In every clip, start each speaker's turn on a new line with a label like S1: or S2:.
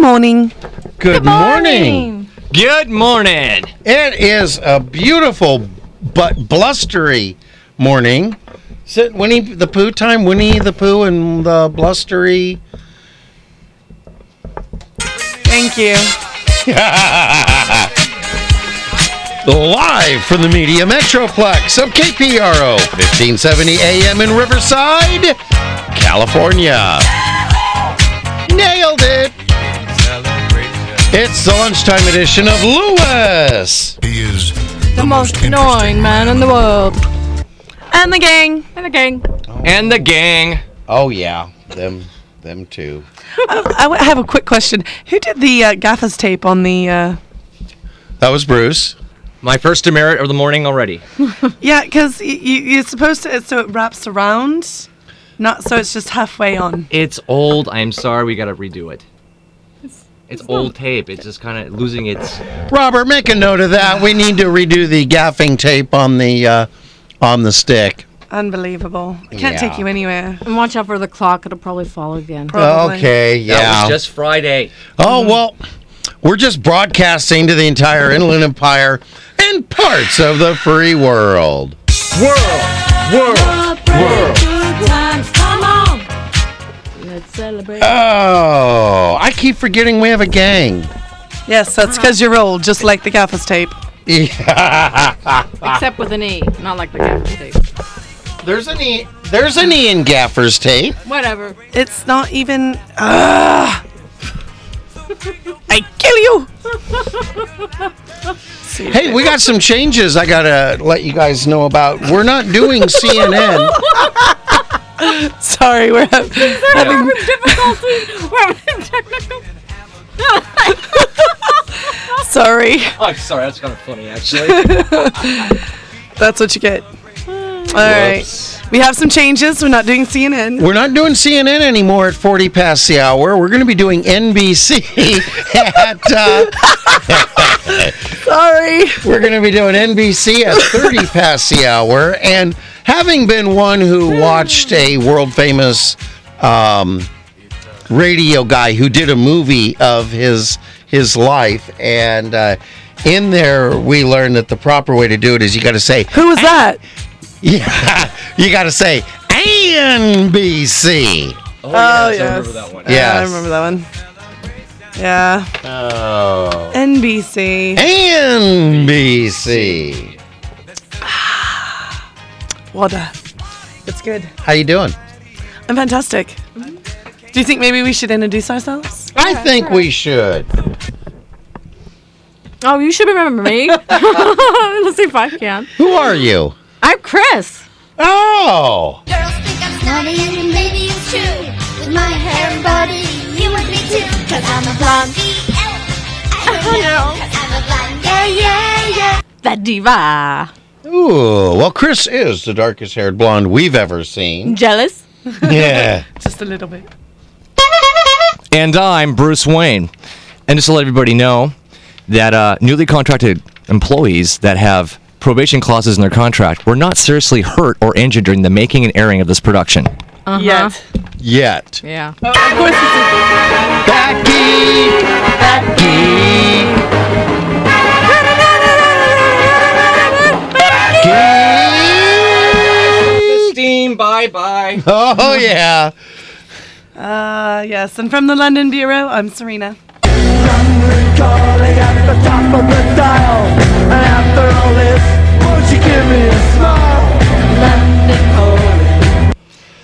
S1: morning.
S2: Good,
S3: Good morning.
S2: It is a beautiful but blustery morning. Is it Winnie the Pooh time? Winnie the Pooh and the blustery.
S1: Thank you.
S2: Live from the Media Metroplex of KPRO, 1570 AM in Riverside, California. Nailed it! It's the lunchtime edition of Lewis.
S4: He is
S5: the most annoying man in the world.
S1: And the gang.
S5: And a gang.
S3: And the gang.
S2: Oh yeah, them, them too.
S1: Oh, I, I have a quick question. Who did the uh, gaffer's tape on the? Uh,
S2: That was Bruce.
S3: My first demerit of the morning already.
S1: yeah, because you, you're supposed to. So it wraps around, not so it's just halfway on.
S3: It's old. I'm sorry. We got to redo it. It's, old tape. It's just kind of losing its.
S2: Robert, make a note of that. We need to redo the gaffing tape on the uh, on the stick.
S1: Unbelievable. I can't
S2: Yeah.
S1: take you anywhere.
S5: And watch out for the clock, it'll probably fall again.
S1: Probably.
S2: Okay,
S3: That
S2: yeah.
S3: was just Friday.
S2: oh well, we're just broadcasting to the entire Inland Empire and parts of the free world.
S5: Let's celebrate.
S2: Oh, I keep forgetting we have a gang.
S1: Yes, that's because you're old, just like the gaffer's tape.
S5: Except with an E, not like the gaffer's tape.
S2: There's an e- there's an Ian Gaffer's tape.
S5: Whatever.
S1: It's not even. Ugh. I kill you.
S2: Hey, we got some changes I gotta let you guys know about. We're not doing CNN.
S1: Sorry, we're having.
S5: We're having difficulty. We're having technical.
S1: Sorry.
S3: Oh, I'm sorry. That's kind of funny, actually.
S1: That's what you get. All right. We have some changes. We're not doing CNN.
S2: We're not doing CNN anymore at 40 past the hour. We're going to be doing NBC at uh,
S1: Sorry.
S2: we're going to be doing NBC at 30 past the hour. And having been one who watched a world famous um, radio guy who did a movie of his his life, and uh, in there we learned that the proper way to do it is you got to say
S1: Who was that?
S2: yeah, you got to say NBC.
S3: Oh, yeah.
S1: yes.
S3: I remember that one.
S2: Yes.
S1: Yeah, I remember that one. Yeah.
S2: Oh.
S1: NBC.
S2: NBC.
S1: Water. It's good.
S2: How you doing?
S1: I'm fantastic. Do you think maybe we should introduce ourselves?
S2: I think we should.
S5: Oh, you should remember me. Let's see if I can.
S2: Who are you?
S5: I'm Chris.
S2: Oh,
S6: Girls think I'm snotty and maybe it's true. With my hair and body, you would be too. Cause I'm a blonde. I don't know. Cause I'm a blonde. Yeah, yeah, yeah.
S5: The diva.
S2: ooh. Well, Chris is the darkest-haired blonde we've ever seen.
S5: Jealous?
S2: Yeah.
S1: Just a little bit.
S3: And I'm Bruce Wayne. And just to let everybody know that uh, newly contracted employees that have probation clauses in their contract were not seriously hurt or injured during the making and airing of this production.
S5: Uh-huh.
S1: Yes.
S2: Yet.
S5: Yeah.
S1: Of course it's
S2: Becky. Becky. Becky.
S3: Steam, bye bye.
S2: Oh yeah.
S1: Uh, yes. And from the London Bureau, I'm Serena.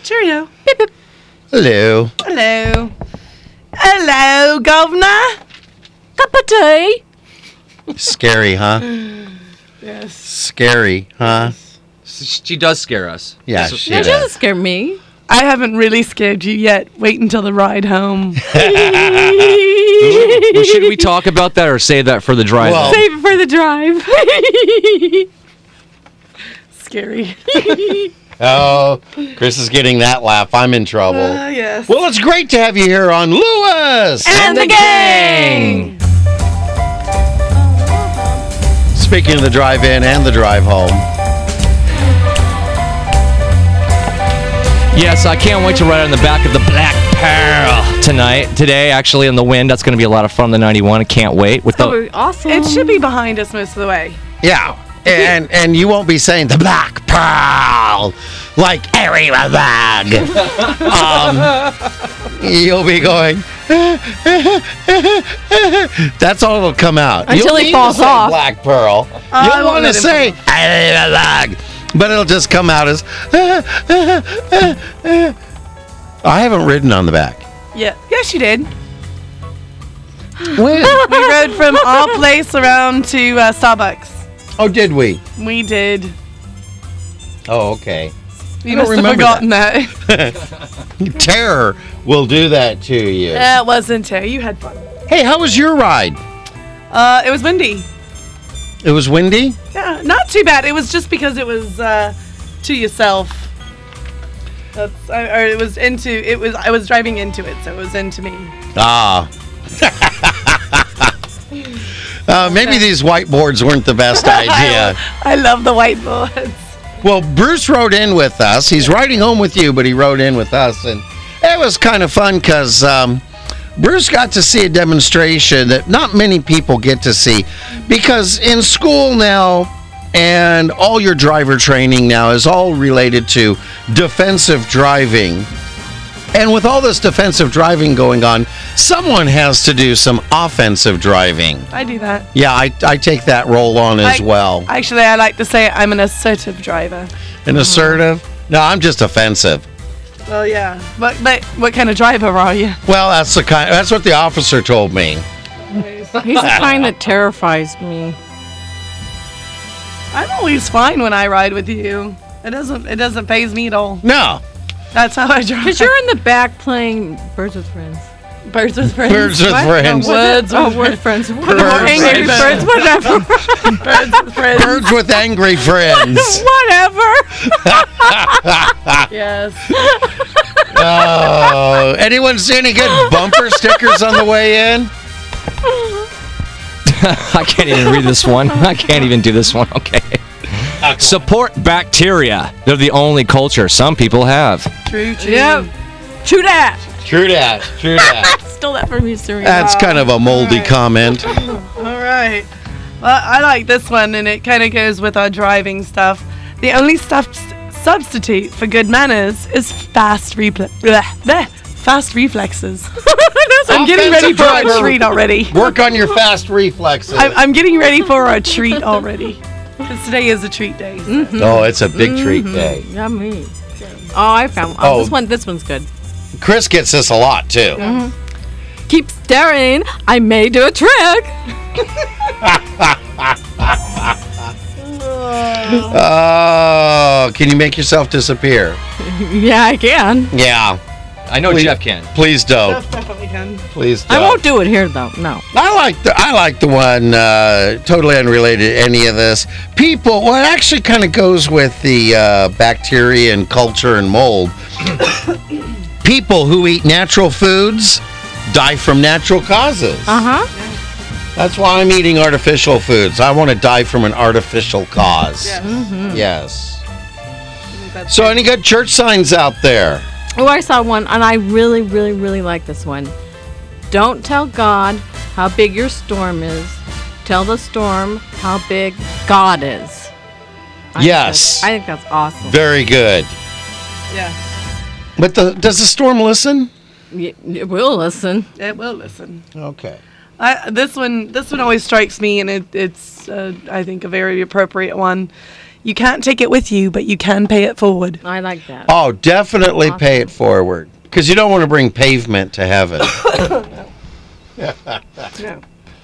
S1: Cheerio.
S2: Hello.
S1: Hello. Hello, Governor.
S5: Cup of tea.
S2: Scary, huh? Yes. Scary, huh?
S3: She does scare us.
S2: Yeah,
S3: That's-
S2: she
S5: That
S2: does.
S5: doesn't scare me.
S1: I haven't really scared you yet. Wait until the ride home.
S3: Well, should we talk about that or save that for the drive?
S2: Well-
S5: Save it for the drive.
S1: Scary.
S2: Oh, Chris is getting that laugh. I'm in trouble.
S1: yes.
S2: well, it's great to have you here on Lewis.
S1: And the gang.
S2: Speaking of the drive in and the drive home,
S3: Yes, I can't wait to ride on the back of the Black Pearl. tonight, today, actually, in the wind. That's going to be a lot of fun. The 91. I can't wait. With
S5: That
S3: the,
S5: would be awesome.
S1: It should be behind us most of the way.
S2: Yeah. And and you won't be saying the black pearl like every bag. um, you'll be going. That's all that'll come out.
S5: Until
S2: you'll
S5: it
S2: need
S5: falls
S2: to say
S5: off.
S2: Black pearl.
S1: I
S2: you'll
S1: won't
S2: want to
S1: let him
S2: say every bag, but it'll just come out as. I haven't ridden on the back.
S1: Yeah. Yes, you did.
S2: When?
S1: We rode from our place around to uh, Starbucks.
S2: oh, did we?
S1: We did.
S2: Oh, okay.
S1: You
S2: don't
S1: must have
S2: remember
S1: forgotten that.
S2: Terror will do that to you.
S1: That wasn't her. You had fun.
S2: Hey, how was your ride?
S1: Uh, it was windy.
S2: It was windy.
S1: Yeah, not too bad. It was just because it was uh, to yourself. That's, I- or it was into it was I was driving into it, so it was into me.
S2: Ah. uh, maybe these whiteboards weren't the best idea.
S1: I love the whiteboards.
S2: Well, Bruce rode in with us. He's riding home with you, but he rode in with us, and it was kind of fun because um, Bruce got to see a demonstration that not many people get to see, because in school now. And all your driver training now is all related to defensive driving. And with all this defensive driving going on, someone has to do some offensive driving.
S1: I do that
S2: Yeah, I, I take that role on as
S1: I-
S2: well.
S1: Actually, I like to say I'm an assertive driver.
S2: An assertive? No, I'm just offensive.
S1: Well, yeah, but but what kind of driver are you?
S2: Well, that's the kind. That's what the officer told me.
S5: He's the kind that terrifies me.
S1: I'm always fine when I ride with you. It doesn't it doesn't phase me at all.
S2: No,
S1: That's how I drive.
S5: Because you're in the back playing Birds with Friends.
S1: birds with friends.
S2: Birds with
S1: What?
S2: friends.
S1: No, words
S5: Oh,
S1: with
S5: word friends. What
S2: Birds
S5: are
S2: with
S5: angry
S1: friends.
S5: birds? Whatever.
S1: birds with friends.
S2: birds with angry friends.
S5: whatever.
S1: Yes.
S2: Oh, anyone see any good bumper stickers on the way in?
S3: I can't even read this one. I can't even do this one. Okay.
S2: Ah,
S3: Support bacteria. They're the only culture some people have.
S1: True. True.
S5: Yep. True that.
S2: True that. True that.
S5: Stole that from you, Serena.
S2: That's kind of a moldy comment.
S1: All right. Well, I like this one, and it kind of goes with our driving stuff. The only stuff substitute for good manners is fast repl- bleh, bleh, fast reflexes. I'm getting ready
S2: Offensive
S1: for a
S2: driver.
S1: treat already.
S2: Work on your fast reflexes.
S1: I'm, I'm getting ready for a treat already. Mm-hmm. 'Cause today is a treat day. so-
S2: oh, it's a big treat
S1: Mm-hmm.
S2: day.
S5: Yummy. Oh, I found. Oh,
S2: Oh.
S5: this one. This one's good.
S2: Chris gets this a lot too.
S1: Mm-hmm.
S5: Keep staring. I may do a trick.
S2: Oh, can you make yourself disappear?
S5: Yeah, I can.
S2: Yeah.
S3: I know
S2: Please- Please don't.
S1: Definitely can.
S2: Please don't.
S5: I won't do it here though. No.
S2: I like the I like the one uh, totally unrelated to any of this. People, well, it actually kind of goes with the uh, bacteria and culture and mold. People who eat natural foods die from natural causes.
S5: Uh huh.
S2: That's why I'm eating artificial foods. I want to die from an artificial cause. Yes. So, any good church signs out there?
S5: Oh, I saw one, and I really, really, really like this one. Don't tell God how big your storm is. Tell the storm how big God is. I think
S2: Yes.
S5: that's- I think that's awesome.
S2: Very good.
S1: Yeah.
S2: But the, does the storm listen?
S5: Y- y- We'll listen.
S1: It will listen.
S2: Okay.
S1: I, this one, this one always strikes me, and it, it's, uh, I think, a very appropriate one. You can't take it with you, but you can pay it forward.
S5: I like that.
S2: Oh, definitely pay it forward because you don't want to bring pavement to heaven.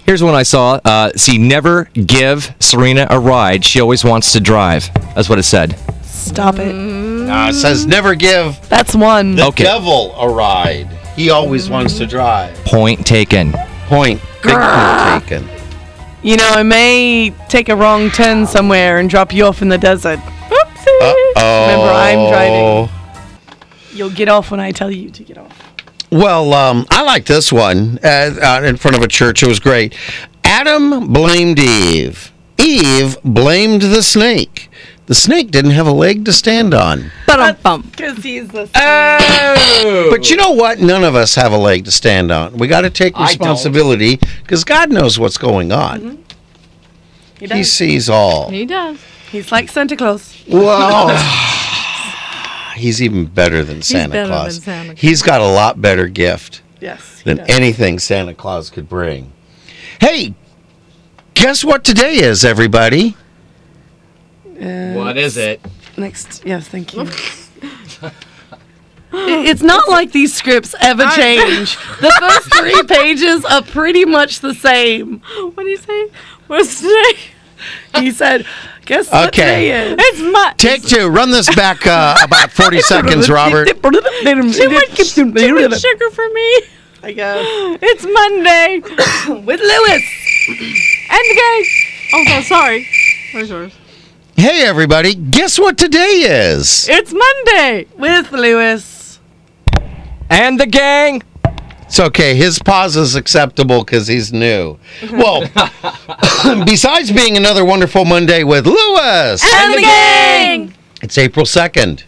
S3: Here's one I saw. Uh, see, never give Serena a ride. She always wants to drive. That's what it said.
S1: Stop it.
S2: Nah, it says never give
S1: That's one.
S2: the
S3: Okay.
S2: devil a ride. He always wants to drive.
S3: Point taken.
S2: Point. Big point taken.
S1: You know, I may take a wrong turn somewhere and drop you off in the desert. Oopsie.
S2: Oh.
S1: Remember, I'm driving. You'll get off when I tell you to get off.
S2: Well, um, I like this one uh, out in front of a church. It was great. Adam blamed Eve. Eve blamed the snake. The snake didn't have a leg to stand on.
S5: Bum bum.
S1: Because he's the. Uh,
S2: But you know what? None of us have a leg to stand on. We got to take responsibility because God knows what's going on.
S1: he
S2: He
S1: does.
S2: sees all.
S5: Mm-hmm. He does.
S1: He's like Santa Claus.
S2: Wow. He's even better than Santa
S5: better than
S2: Claus.
S5: Santa Claus.
S2: He's got a lot better gift
S1: Yes. he
S2: than
S1: does.
S2: anything Santa Claus could bring. Hey, guess what today is, everybody?
S4: What is it?
S1: Next. Yes, thank you. It- It's not like these scripts ever change. The first three pages are pretty much the same.
S5: What do you say? What's today?
S1: He said, "Guess what
S2: Okay.
S1: day is?"
S5: It's my.
S2: Take two. Run this back uh, about 40 seconds, Robert.
S5: Too much sugar for me.
S1: I guess.
S5: It's Monday.
S1: With Lewis.
S5: End game. Oh no, sorry. Where's yours?
S2: Hey, everybody. Guess what today is?
S5: It's Monday.
S1: With Lewis.
S3: And the gang.
S2: It's okay. His pause is acceptable because he's new. Well, besides being another wonderful Monday with Lewis,
S5: And the gang.
S2: it's April 2nd.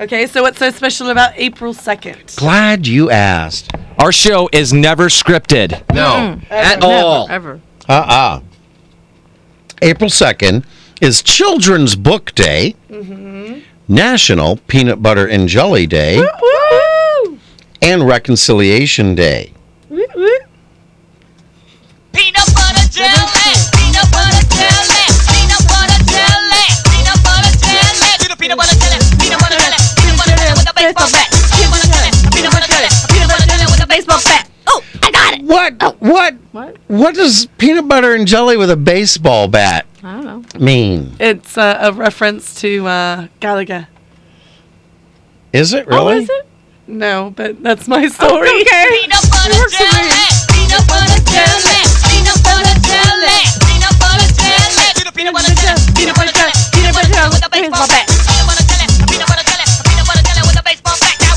S1: Okay, so what's so special about April 2nd?
S2: Glad you asked.
S3: Our show is never scripted
S2: No.
S3: at all.
S5: Ever.
S2: Uh uh April 2nd is Children's Book Day, National Peanut Butter and Jelly Day, and Reconciliation Day.
S7: Peanut butter jelly, peanut butter jelly, peanut butter jelly, peanut butter jelly. Do the peanut butter jelly, peanut butter jelly, peanut butter jelly with a baseball bat. Peanut butter jelly, peanut butter jelly, peanut butter jelly with a baseball bat. Oh, I got it.
S2: What? What?
S5: What?
S2: What does peanut butter and jelly with a baseball bat
S5: I don't know.
S2: mean?
S1: It's uh, a reference to uh, Gallagher.
S2: Is it really?
S5: Oh, is it?
S1: No, but that's my story.
S7: Peanut butter jelly, peanut butter jelly, peanut butter jelly, peanut butter jelly. Do the peanut butter jelly, peanut butter jelly, peanut butter jelly with a baseball bat. Peanut butter jelly, peanut butter jelly, peanut butter jelly with a baseball bat. Now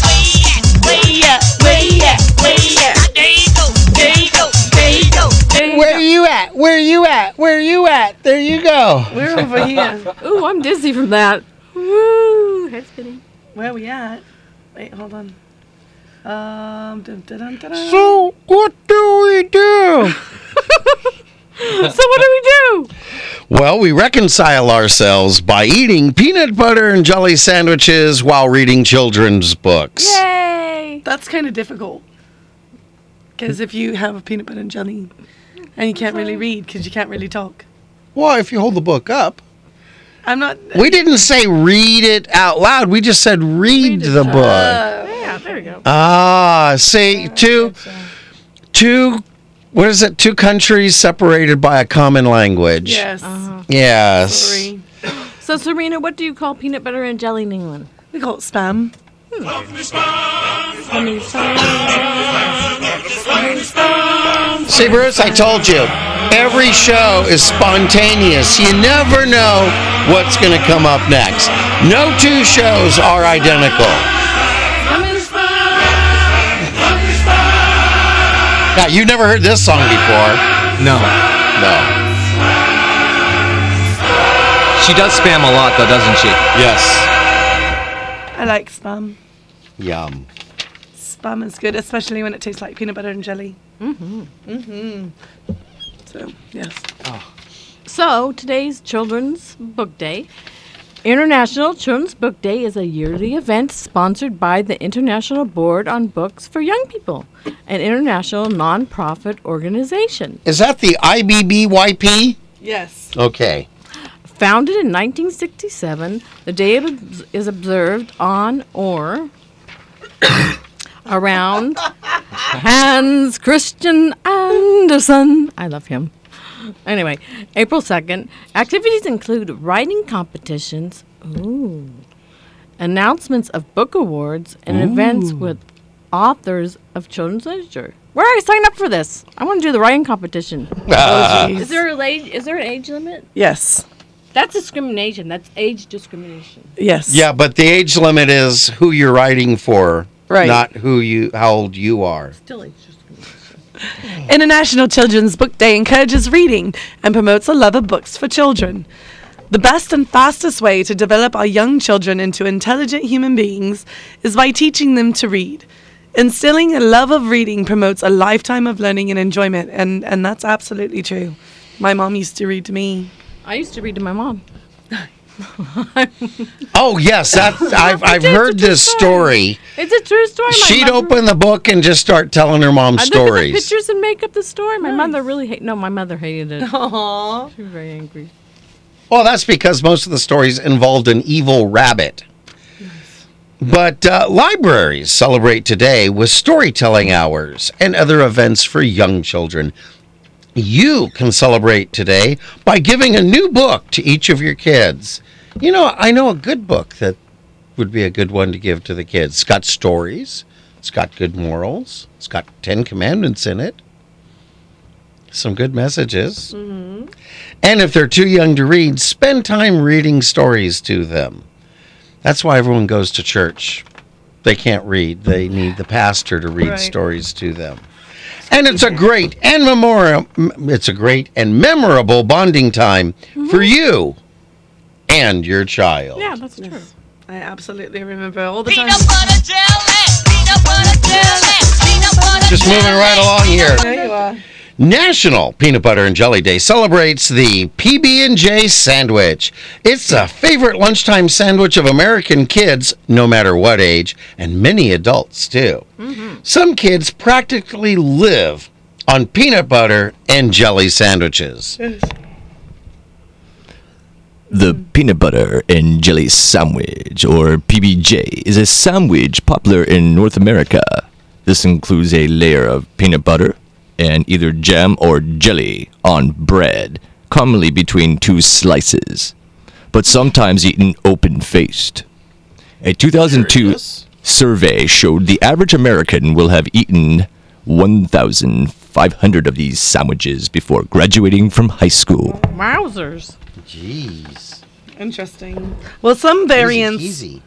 S7: where you at? Where you at? Where you at? Where you at? Now There you go, there you go, there
S2: Where
S7: you go.
S2: you at? Where you at? Where you at?
S1: We're
S2: There you go.
S1: over here.
S5: Ooh, I'm dizzy from that. Woo, head spinning.
S1: Where we at? Wait, hold on. Um, dun, dun, dun, dun, dun.
S2: So what do we do?
S5: so what do we do?
S2: Well, we reconcile ourselves by eating peanut butter and jelly sandwiches while reading children's books.
S5: Yay!
S1: That's kind of difficult. Because if you have a peanut butter and jelly and you can't really read because you can't really talk.
S2: Well, if you hold the book up.
S1: I'm not.
S2: We didn't say read it out loud. We just said read, the book.
S5: Yeah, there we go.
S2: ah,
S5: Oh,
S2: see, two, two, what is it? Two countries separated by a common language.
S1: Yes.
S2: Yes.
S1: Sorry.
S5: So Serena, what do you call peanut butter and jelly in England?
S1: We call it spam.
S2: See, Bruce, I told you, every show is spontaneous. You never know what's going to come up next. No two shows are identical. Now, you never heard this song before.
S3: No.
S2: No.
S3: She does spam a lot, though, doesn't she?
S2: Yes.
S1: I like spam.
S2: Yum.
S1: Spam is good, especially when it tastes like peanut butter and jelly. Mm-hmm. Mm-hmm. So, yes.
S5: So today's Children's Book Day. International Children's Book Day is a yearly event sponsored by the International Board on Books for Young People, an international nonprofit organization.
S2: Is that the IBBYP?
S1: Yes.
S2: Okay.
S5: Founded in 1967, the day ob- is observed on or around Hans Christian Andersen. I love him. Anyway, April 2nd, activities include writing competitions, ooh, announcements of book awards, and events with authors of children's literature. Where I sign up for this? I want to do the writing competition. Is there a age, is there an age limit?
S1: Oh, Yes.
S5: That's discrimination. That's age discrimination.
S1: Yes.
S2: Yeah, but the age limit is who you're writing for,
S1: Right.
S2: not who you how old you are.
S5: Still age discrimination.
S1: International Children's Book Day encourages reading and promotes a love of books for children. The best and fastest way to develop our young children into intelligent human beings is by teaching them to read. Instilling a love of reading promotes a lifetime of learning and enjoyment, and, and that's absolutely true. My mom used to read to me.
S5: I used to read to my mom.
S2: Oh yes, that I've I've
S5: It's a
S2: heard
S5: true
S2: this story.
S5: It's a true story. My
S2: She'd
S5: mother-
S2: open the book and just start telling her mom
S5: I'd look at the
S2: stories.
S5: pictures and make up the story. My mother really hate. No, my mother hated it. She was very angry.
S2: Well, that's because most of the stories involved an evil rabbit. But uh, libraries celebrate today with storytelling hours and other events for young children. You can celebrate today by giving a new book to each of your kids. You know, I know a good book that would be a good one to give to the kids. It's got stories, it's got good morals, it's got Ten Commandments in it, some good messages. And if they're too young to read, spend time reading stories to them. That's why everyone goes to church. They can't read, they need the pastor to read
S1: Right.
S2: stories to them. And it's a great and memorial it's a great and memorable bonding time for you and your child.
S5: Yeah, that's true.
S1: I absolutely remember all the time.
S7: Peanut butter jelly. Peanut butter jelly. Peanut butter
S2: Just moving right along here.
S1: There you are.
S2: National Peanut Butter and Jelly Day celebrates the PB&J sandwich. It's a favorite lunchtime sandwich of American kids, no matter what age, and many adults too. Some kids practically live on peanut butter and jelly sandwiches.
S3: The peanut butter and jelly sandwich, or PBJ, is a sandwich popular in North America. This includes a layer of peanut butter and either jam or jelly on bread, commonly between two slices, but sometimes eaten open faced. A 2002
S4: Curious.
S3: survey showed the average American will have eaten 1,500 of these sandwiches before graduating from high school.
S5: Wowzers.
S2: Jeez.
S1: Interesting. Well, some variants.
S2: Easy.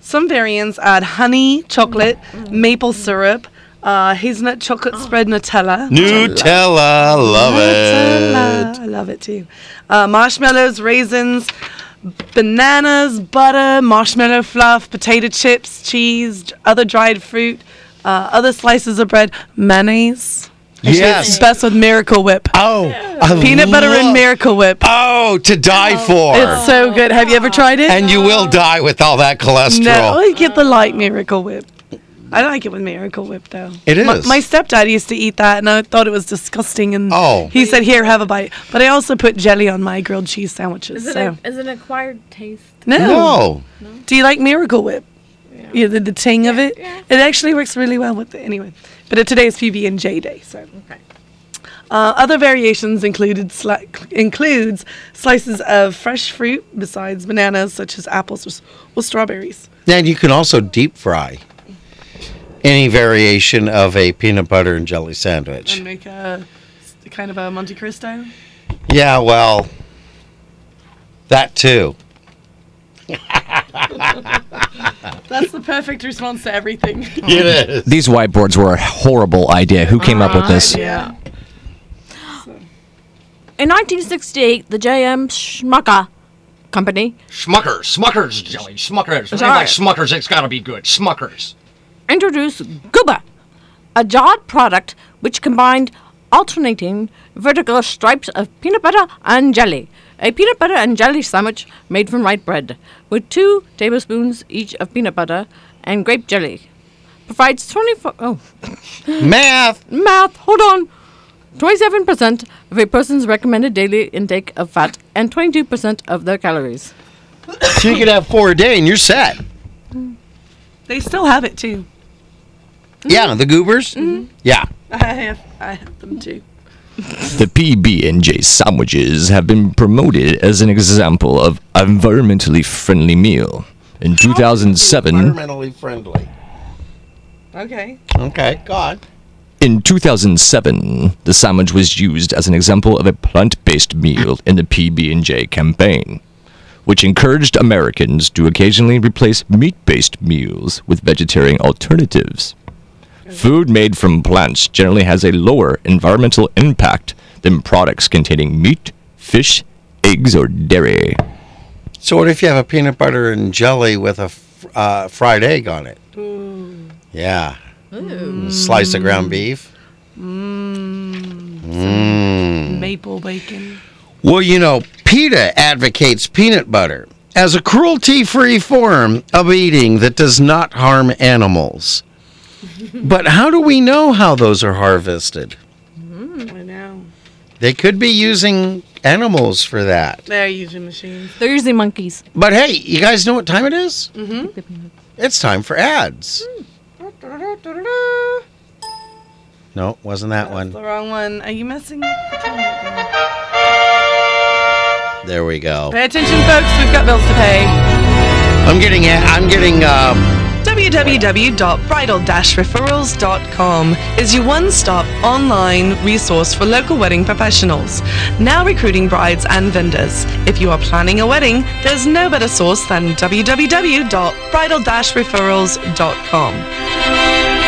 S1: Some variants add honey, chocolate, maple syrup, uh, hazelnut chocolate spread Nutella.
S2: Nutella, love
S1: Nutella.
S2: it.
S1: I love it too. Uh, marshmallows, raisins, bananas, butter, marshmallow fluff, potato chips, cheese, d- other dried fruit, uh, other slices of bread, mayonnaise. It's
S2: Yes.
S1: best with Miracle Whip.
S2: Oh, I
S1: Peanut butter and
S2: love-
S1: Miracle Whip.
S2: Oh, to die for.
S1: It's so good. Have you ever tried it?
S2: and you will die with all that cholesterol.
S1: No, Oh, I get the light Miracle Whip. I like it with Miracle Whip though.
S2: It
S1: My,
S2: is.
S1: my stepdad used to eat that, and I thought it was disgusting. And
S2: Oh.
S1: he said, "Here, have a bite." But I also put jelly on my grilled cheese sandwiches.
S5: Is it,
S1: so
S5: a, is it an acquired taste?
S1: no.
S2: No.
S1: do you like Miracle Whip? Yeah, the, the ting of it.
S5: yeah.
S1: It actually works really well with it anyway. But uh, today is PB and J Day, so.
S5: Okay.
S1: Uh, other variations included sli- includes slices of fresh fruit besides bananas, such as apples or, s- or strawberries.
S2: And you can also deep fry any variation of a peanut butter and jelly sandwich.
S1: and make a kind of a Monte Cristo.
S2: Yeah, well, that too.
S1: That's the perfect response to everything.
S2: It is.
S3: These whiteboards were a horrible idea. Who came up with this?
S1: yeah.
S5: In 1968, the J.M. Schmucka Company
S4: Schmuckers, Smuckers jelly, Smuckers. If
S5: Sorry.
S4: I like Smuckers, it's gotta be good. Smuckers.
S5: introduced Gooba, a jarred product which combined alternating vertical stripes of peanut butter and jelly. A peanut butter and jelly sandwich made from white bread, with two tablespoons each of peanut butter and grape jelly. Provides 24. Oh,
S2: Math.
S5: math, hold on. 27% of a person's recommended daily intake of fat and 22% of their calories.
S2: So you could have four a day and you're set.
S1: They still have it too.
S2: Yeah, the goobers.
S1: Mm-hmm.
S2: Yeah.
S1: I have, I have them too.
S3: The PB&J sandwiches have been promoted as an example of environmentally friendly meal. In 2007,
S2: Environmentally friendly.
S1: Okay.
S2: Okay, go on.
S3: in 2007, the sandwich was used as an example of a plant-based meal in the PB&J campaign, which encouraged Americans to occasionally replace meat-based meals with vegetarian alternatives. Food made from plants generally has a lower environmental impact than products containing meat, fish, eggs or dairy.
S2: So what if you have a peanut butter and jelly with a f- uh, fried egg on it? Yeah. Slice of ground beef.
S1: Maple bacon.
S2: Well, you know, PETA advocates peanut butter as a cruelty free form of eating that does not harm animals. but how do we know how those are harvested?
S1: I know.
S2: They could be using animals for that.
S1: They're using machines.
S5: They're usually monkeys.
S2: But hey, you guys know what time it is? Mm-hmm. It's time for ads. No, wasn't that
S1: That's the
S2: one.
S1: wrong one. Are you messing up the camera?
S2: There we go.
S1: Pay attention, folks. We've got bills to pay.
S2: I'm getting I'm getting um,
S1: www.bridal-referrals.com is your one-stop online resource for local wedding professionals. Now recruiting brides and vendors. If you are planning a wedding, there's no better source than www.bridal-referrals.com.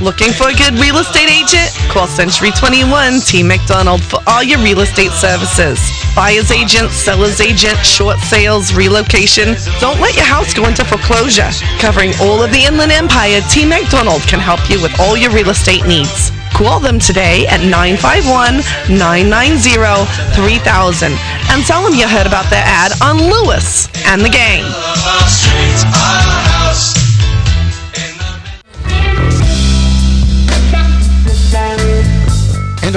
S1: Looking for a good real estate agent? Call Century 21 T. McDonald for all your real estate services. Buyer's agent, seller's agent, short sales, relocation. Don't let your house go into foreclosure. Covering all of the Inland Empire, T. McDonald can help you with all your real estate needs. Call them today at 951 990 3000 and tell them you heard about their ad on Lewis and the Gang.
S2: And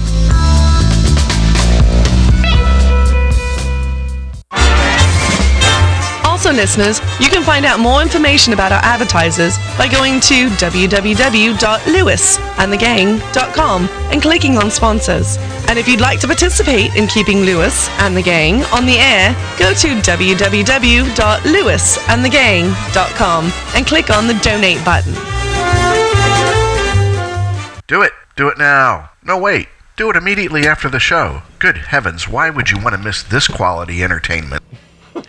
S1: Also, listeners, you can find out more information about our advertisers by going to www.lewisandthegang.com and clicking on sponsors. And if you'd like to participate in keeping Lewis and the Gang on the air, go to www.lewisandthegang.com and click on the donate button.
S8: Do it. Do it now. No, wait. Do it immediately after the show. Good heavens, why would you want to miss this quality entertainment?
S1: It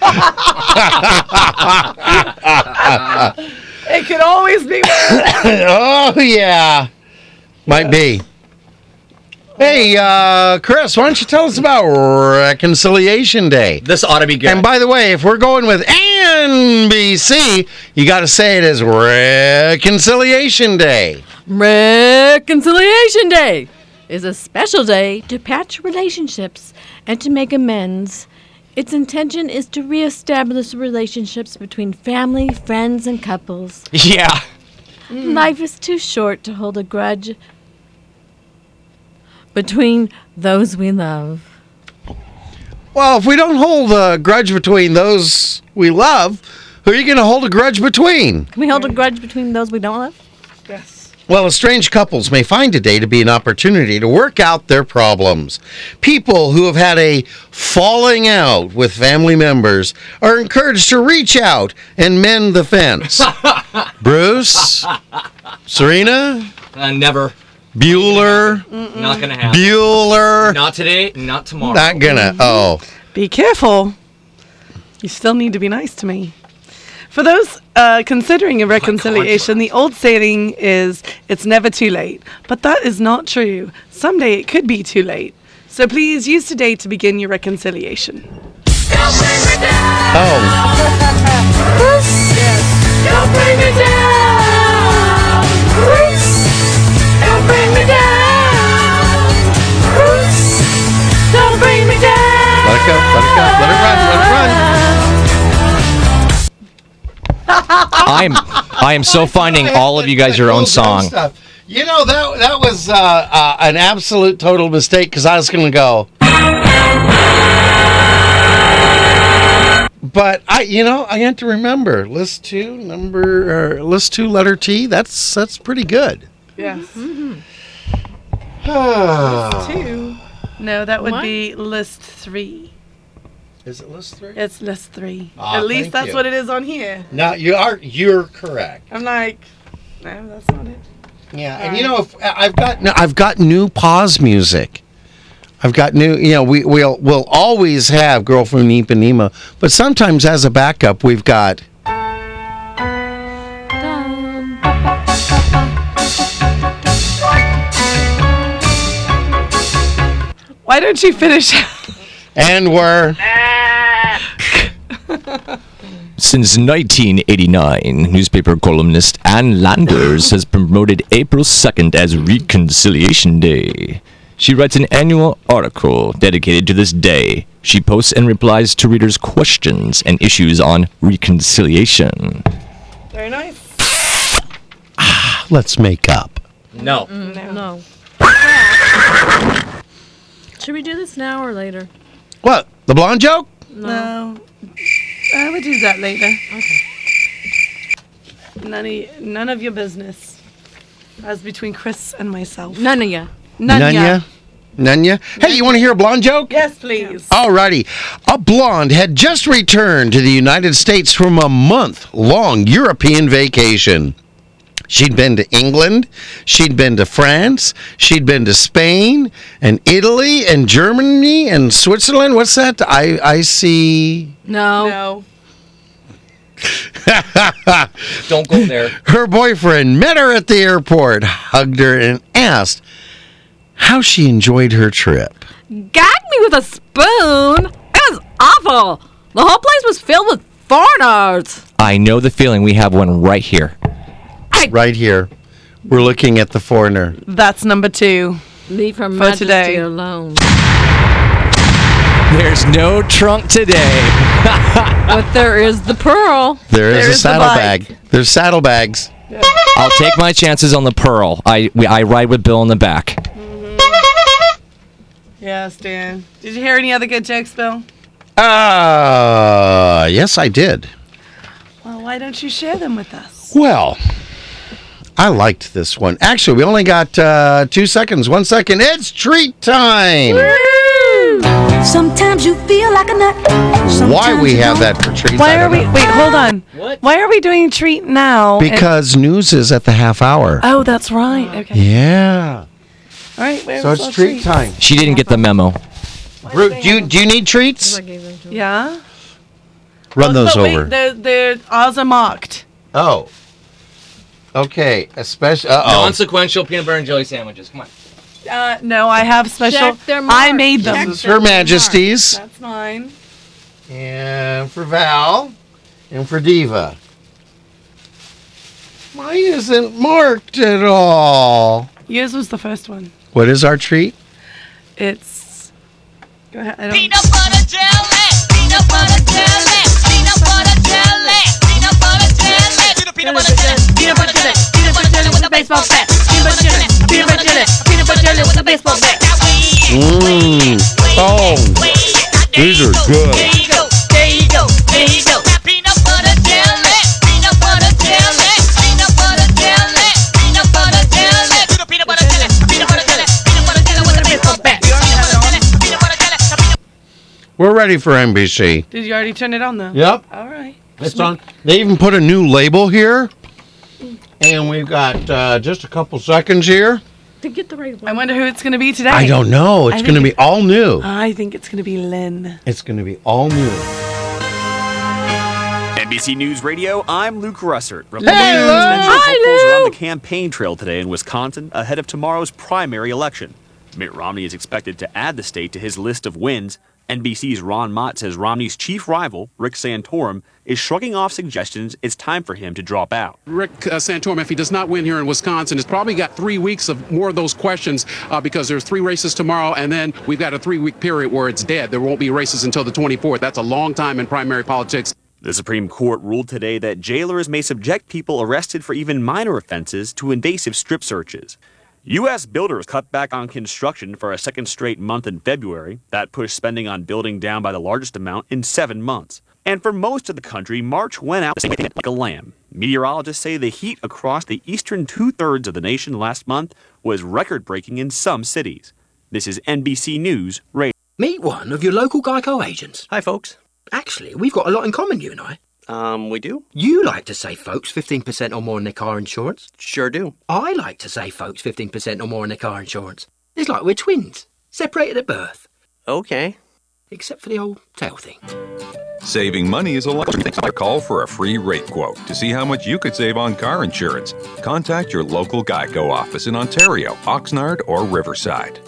S1: could always be.
S2: Oh, yeah. Might be. Hey, uh, Chris, why don't you tell us about Reconciliation Day?
S4: This ought to be good.
S2: And by the way, if we're going with NBC, you got to say it is Reconciliation Day.
S5: Reconciliation Day is a special day to patch relationships and to make amends. Its intention is to reestablish relationships between family, friends, and couples.
S3: Yeah.
S5: Life is too short to hold a grudge between those we love.
S2: Well, if we don't hold a grudge between those we love, who are you going to hold a grudge between?
S5: Can we hold a grudge between those we don't love?
S2: Well, estranged couples may find today to be an opportunity to work out their problems. People who have had a falling out with family members are encouraged to reach out and mend the fence. Bruce, Serena,
S4: Uh, never.
S2: Bueller,
S4: Not gonna happen.
S2: Bueller.
S4: Not today. Not tomorrow.
S2: Not gonna. Oh,
S1: Be careful. You still need to be nice to me. For those uh, considering a reconciliation, the old saying is it's never too late. But that is not true. Someday it could be too late. So please use today to begin your reconciliation.
S7: Go with it,
S2: Oh,
S7: Don't bring me down. Bruce, don't bring me down. Bruce, don't bring me down.
S2: let it go, let it go, let it run, let it run.
S3: I'm I am so finding all of you guys your own song.
S2: You know that that was uh, uh, an absolute total mistake because I was going to go. But I, you know, I had to remember list two number or list two letter T. That's that's pretty good.
S1: Yes.
S2: Is
S1: Two. No, that would
S5: What?
S1: be list three.
S2: it list three?
S1: It's list three.
S2: Ah,
S1: At least
S2: thank
S1: that's
S2: you.
S1: what it is on here.
S2: No, you are you're correct.
S1: I'm like, no, that's not it.
S2: Yeah, and you know, if, I- I've got no, I've got new pause music. I've got new, you know, we we'll we'll always have "Girl from Ipanema," but sometimes as a backup, we've got.
S1: Why don't you finish?
S2: And we're
S3: Since 1989, newspaper columnist Ann Landers has promoted April 2nd as Reconciliation Day. She writes an annual article dedicated to this day. She posts and replies to readers' questions and issues on reconciliation.
S1: Very nice.
S2: let's make up.
S4: No.
S5: No. Should we do this now or later?
S2: What the blonde joke?
S1: No. I would do that later. None of, none of your business. As between Chris and myself.
S5: None of you.
S1: ya.
S2: Nanya. Hey, you want to hear a blonde joke?
S1: Yes, please.
S2: Alrighty. A blonde had just returned to the United States from a month long European vacation. She'd been to England, she'd been to France, she'd been to Spain and Italy and Germany and Switzerland. What's that? I, I see.
S5: No.
S1: Oh. No.
S4: Don't go there.
S2: Her boyfriend met her at the airport, hugged her, and asked how she enjoyed her trip.
S5: Gagged me with a spoon. It was awful. The whole place was filled with foreigners.
S3: I know the feeling we have one right here.
S2: Right here. We're looking at the foreigner.
S1: That's number two.
S5: Leave her
S1: majesty
S5: majesty
S1: today.
S5: alone.
S3: There's no trunk today.
S5: But there is the pearl.
S2: There is
S1: There
S2: a
S1: is the bike.
S2: saddlebag. There's saddlebags.
S3: I'll take my chances on the pearl. I, we, I ride with Bill in the back.
S1: Yes, Dan. Did you hear any other good jokes, Bill?
S2: Uh, yes, I did.
S1: Well, why don't you share them with us?
S2: Well, I liked this one. Actually, we only got uh, two seconds. One second. It's treat time.
S9: Sometimes you feel like a nut.
S2: Why
S9: Sometimes
S2: we
S9: you
S2: have
S9: don't.
S2: that for treats? I
S1: Why are
S2: don't
S1: we?
S2: know.
S1: Wait, hold on.
S4: What?
S1: Why are we doing treat now? and-
S2: Because news is at the half hour.
S1: oh, that's right. Okay.
S2: Yeah.
S1: All right. Where
S2: So
S1: was
S2: it's
S1: our
S2: treat time.
S3: She didn't get the memo.
S2: Brute, do you do you need treats?
S1: Yeah.
S2: Run
S1: Oh,
S2: those
S1: but wait,
S2: over.
S1: They're, they're ours are marked.
S2: Oh. Okay. Especially. Uh oh.
S4: Non-sequential peanut butter and jelly sandwiches. Come on.
S1: Uh, no, I have special.
S5: Check their
S1: I
S5: mark.
S1: made them.
S2: This is Her Majesty's.
S1: That's mine.
S2: And for Val. And for Diva. Mine isn't marked at all.
S1: Yours was the first one.
S2: What is our treat?
S1: It's. Go ahead. I don't.
S7: Peanut butter jelly. Peanut butter jelly. Peanut butter jelly. Peanut butter jelly. Peanut butter jelly. Peanut butter jelly. Peanut butter jelly with a baseball bat. Peanut butter jelly. Peanut butter jelly. Peanut butter jelly with a baseball bat.
S2: Mmm. Oh. These are good.
S7: There you go. There you go. There you go. Peanut butter jelly. Peanut butter jelly. Peanut butter jelly. Peanut butter jelly. Peanut butter jelly. Peanut butter jelly. Peanut butter jelly with a baseball bat. Peanut butter jelly. Peanut butter jelly.
S2: We're ready for NBC.
S1: Did you already turn it on though?
S2: Yep.
S1: All right.
S2: It's on. They even put a new label here. And we've got uh, just a couple seconds here.
S5: To get the right one.
S1: I wonder who it's gonna be today.
S2: I don't know.
S1: I
S2: It's
S1: think Uh,
S2: going to be all new.
S1: I think it's gonna be Lynn.
S2: It's going to be all new.
S10: NBC News Radio, I'm Luke Russert.
S2: Hey,
S10: Republicans
S2: Lou!
S10: and hopefuls are on the campaign trail today in Wisconsin ahead of tomorrow's primary election. Mitt Romney is expected to add the state to his list of wins. NBC's Ron Mott says Romney's chief rival, Rick Santorum, is shrugging off suggestions it's time for him to drop out.
S9: Rick uh, Santorum, if he does not win here in Wisconsin, has probably got three weeks of more of those questions uh, because there's three races
S11: Oh,
S9: tomorrow, and then we've got a three week period where it's dead. There won't be races until the 24th. That's a long time in primary politics.
S10: The Supreme Court ruled today that jailers may subject people arrested for even minor offenses to invasive strip searches. U.S. builders cut back on construction for a second straight month in February. That pushed spending on building down by the largest amount in seven months. And for most of the country, March went out like a lamb. Meteorologists say the heat across the eastern two thirds of the nation last month was record breaking in some cities. This is NBC News Radio.
S12: Meet one of your local Geico agents. Hi, folks. Actually, we've got a lot in common, you and I. Um, we do? You like to say, folks, 15% or more on their car insurance. Sure do. I like to say, folks, 15% or more on their car insurance. It's like we're twins, separated at birth. Okay. Except for the old tail thing.
S11: Saving money is a lot. Call for a free rate quote to see how much you could save on car insurance. Contact your local Geico office in Ontario, Oxnard, or Riverside.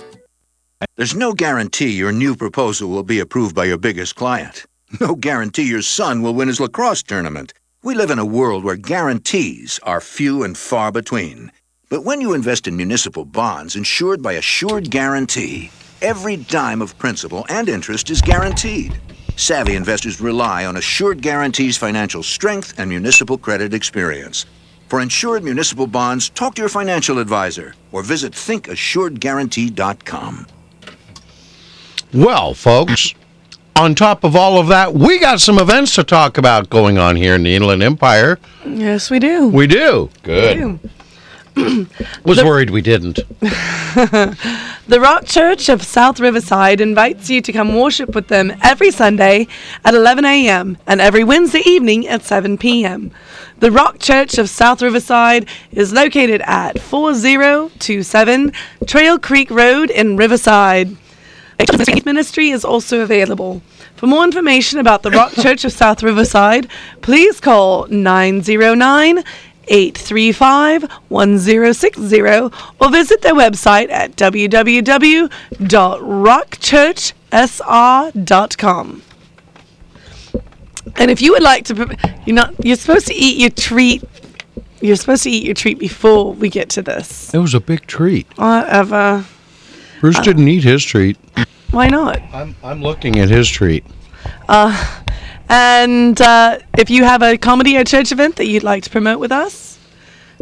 S13: There's no guarantee your new proposal will be approved by your biggest client. No guarantee your son will win his lacrosse tournament. We live in a world where guarantees are few and far between. But when you invest in municipal bonds insured by Assured Guarantee, every dime of principal and interest is guaranteed. Savvy investors rely on Assured Guarantee's financial strength and municipal credit experience. For insured municipal bonds, talk to your financial advisor or visit thinkassuredguarantee.com.
S2: Well, folks, on top of all of that, we got some events to talk about going on here in the Inland Empire.
S1: Yes, we do.
S2: We do. Good. Was worried we didn't.
S1: The Rock Church of South Riverside invites you to come worship with them every Sunday at 11 a.m. and every Wednesday evening at 7 p.m. The Rock Church of South Riverside is located at 4027 Trail Creek Road in Riverside. A children's youth ministry is also available. For more information about the Rock Church of South Riverside, please call 909 835 1060 or visit their website at www.rockchurchsr.com. And if you would like to, pre- you're not, you're supposed to eat your treat. You're supposed to eat your treat before we get to this. Uh,
S2: It was a big treat.
S1: Whatever.
S2: Bruce didn't eat his treat.
S1: Why not?
S2: I'm, I'm looking at his treat.
S1: Uh, and uh, if you have a comedy or church event that you'd like to promote with us,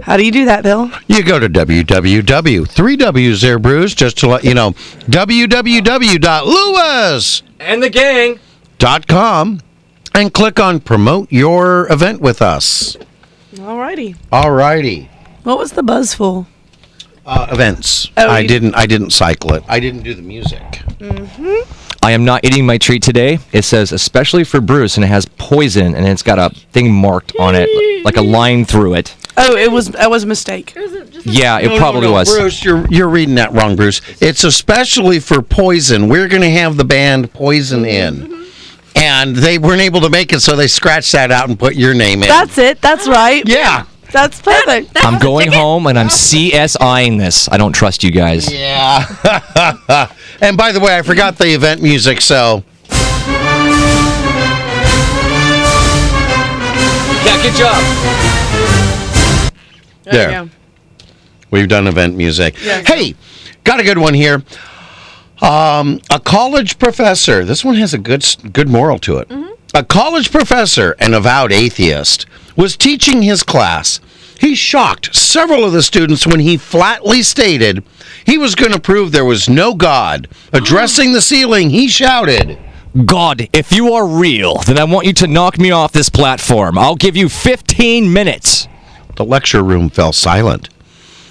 S1: how do you do that, Bill?
S2: You go to www. Three W's there, Bruce, just to let you know. www.lewis.com
S4: And the gang.
S2: and click on promote your event with us.
S1: Alrighty.
S2: Alrighty.
S1: What was the buzz for?
S2: Uh, events.
S1: Oh,
S2: I
S1: you-
S2: didn't I didn't cycle it. I didn't do the music.
S3: I am not eating my treat today. It says especially for Bruce, and it has poison, and it's got a thing marked on it, like a line through it.
S1: Oh, it was it was a mistake.
S3: Yeah, it probably was.
S2: Bruce, you're you're reading that wrong, Bruce. It's especially for Poison. We're going to have the band Poison in, and they weren't able to make it, so they scratched that out and put your name in.
S1: That's it. That's right.
S2: yeah,
S1: That's perfect.
S3: I'm going home, and I'm CSIing this. I don't trust you guys.
S2: yeah. and by the way, I forgot the event music. So
S4: Yeah, good job.
S1: There
S2: There.
S1: you go.
S2: we've done event music. Hey, got a good one here. Um, a college professor. This one has a good s- good moral to it. A college professor, an avowed atheist, was teaching his class. He shocked several of the students when he flatly stated he was going to prove there was no God. Addressing the ceiling, he shouted,
S3: God, if you are real, then I want you to knock me off this platform. I'll give you 15 minutes.
S2: The lecture room fell silent.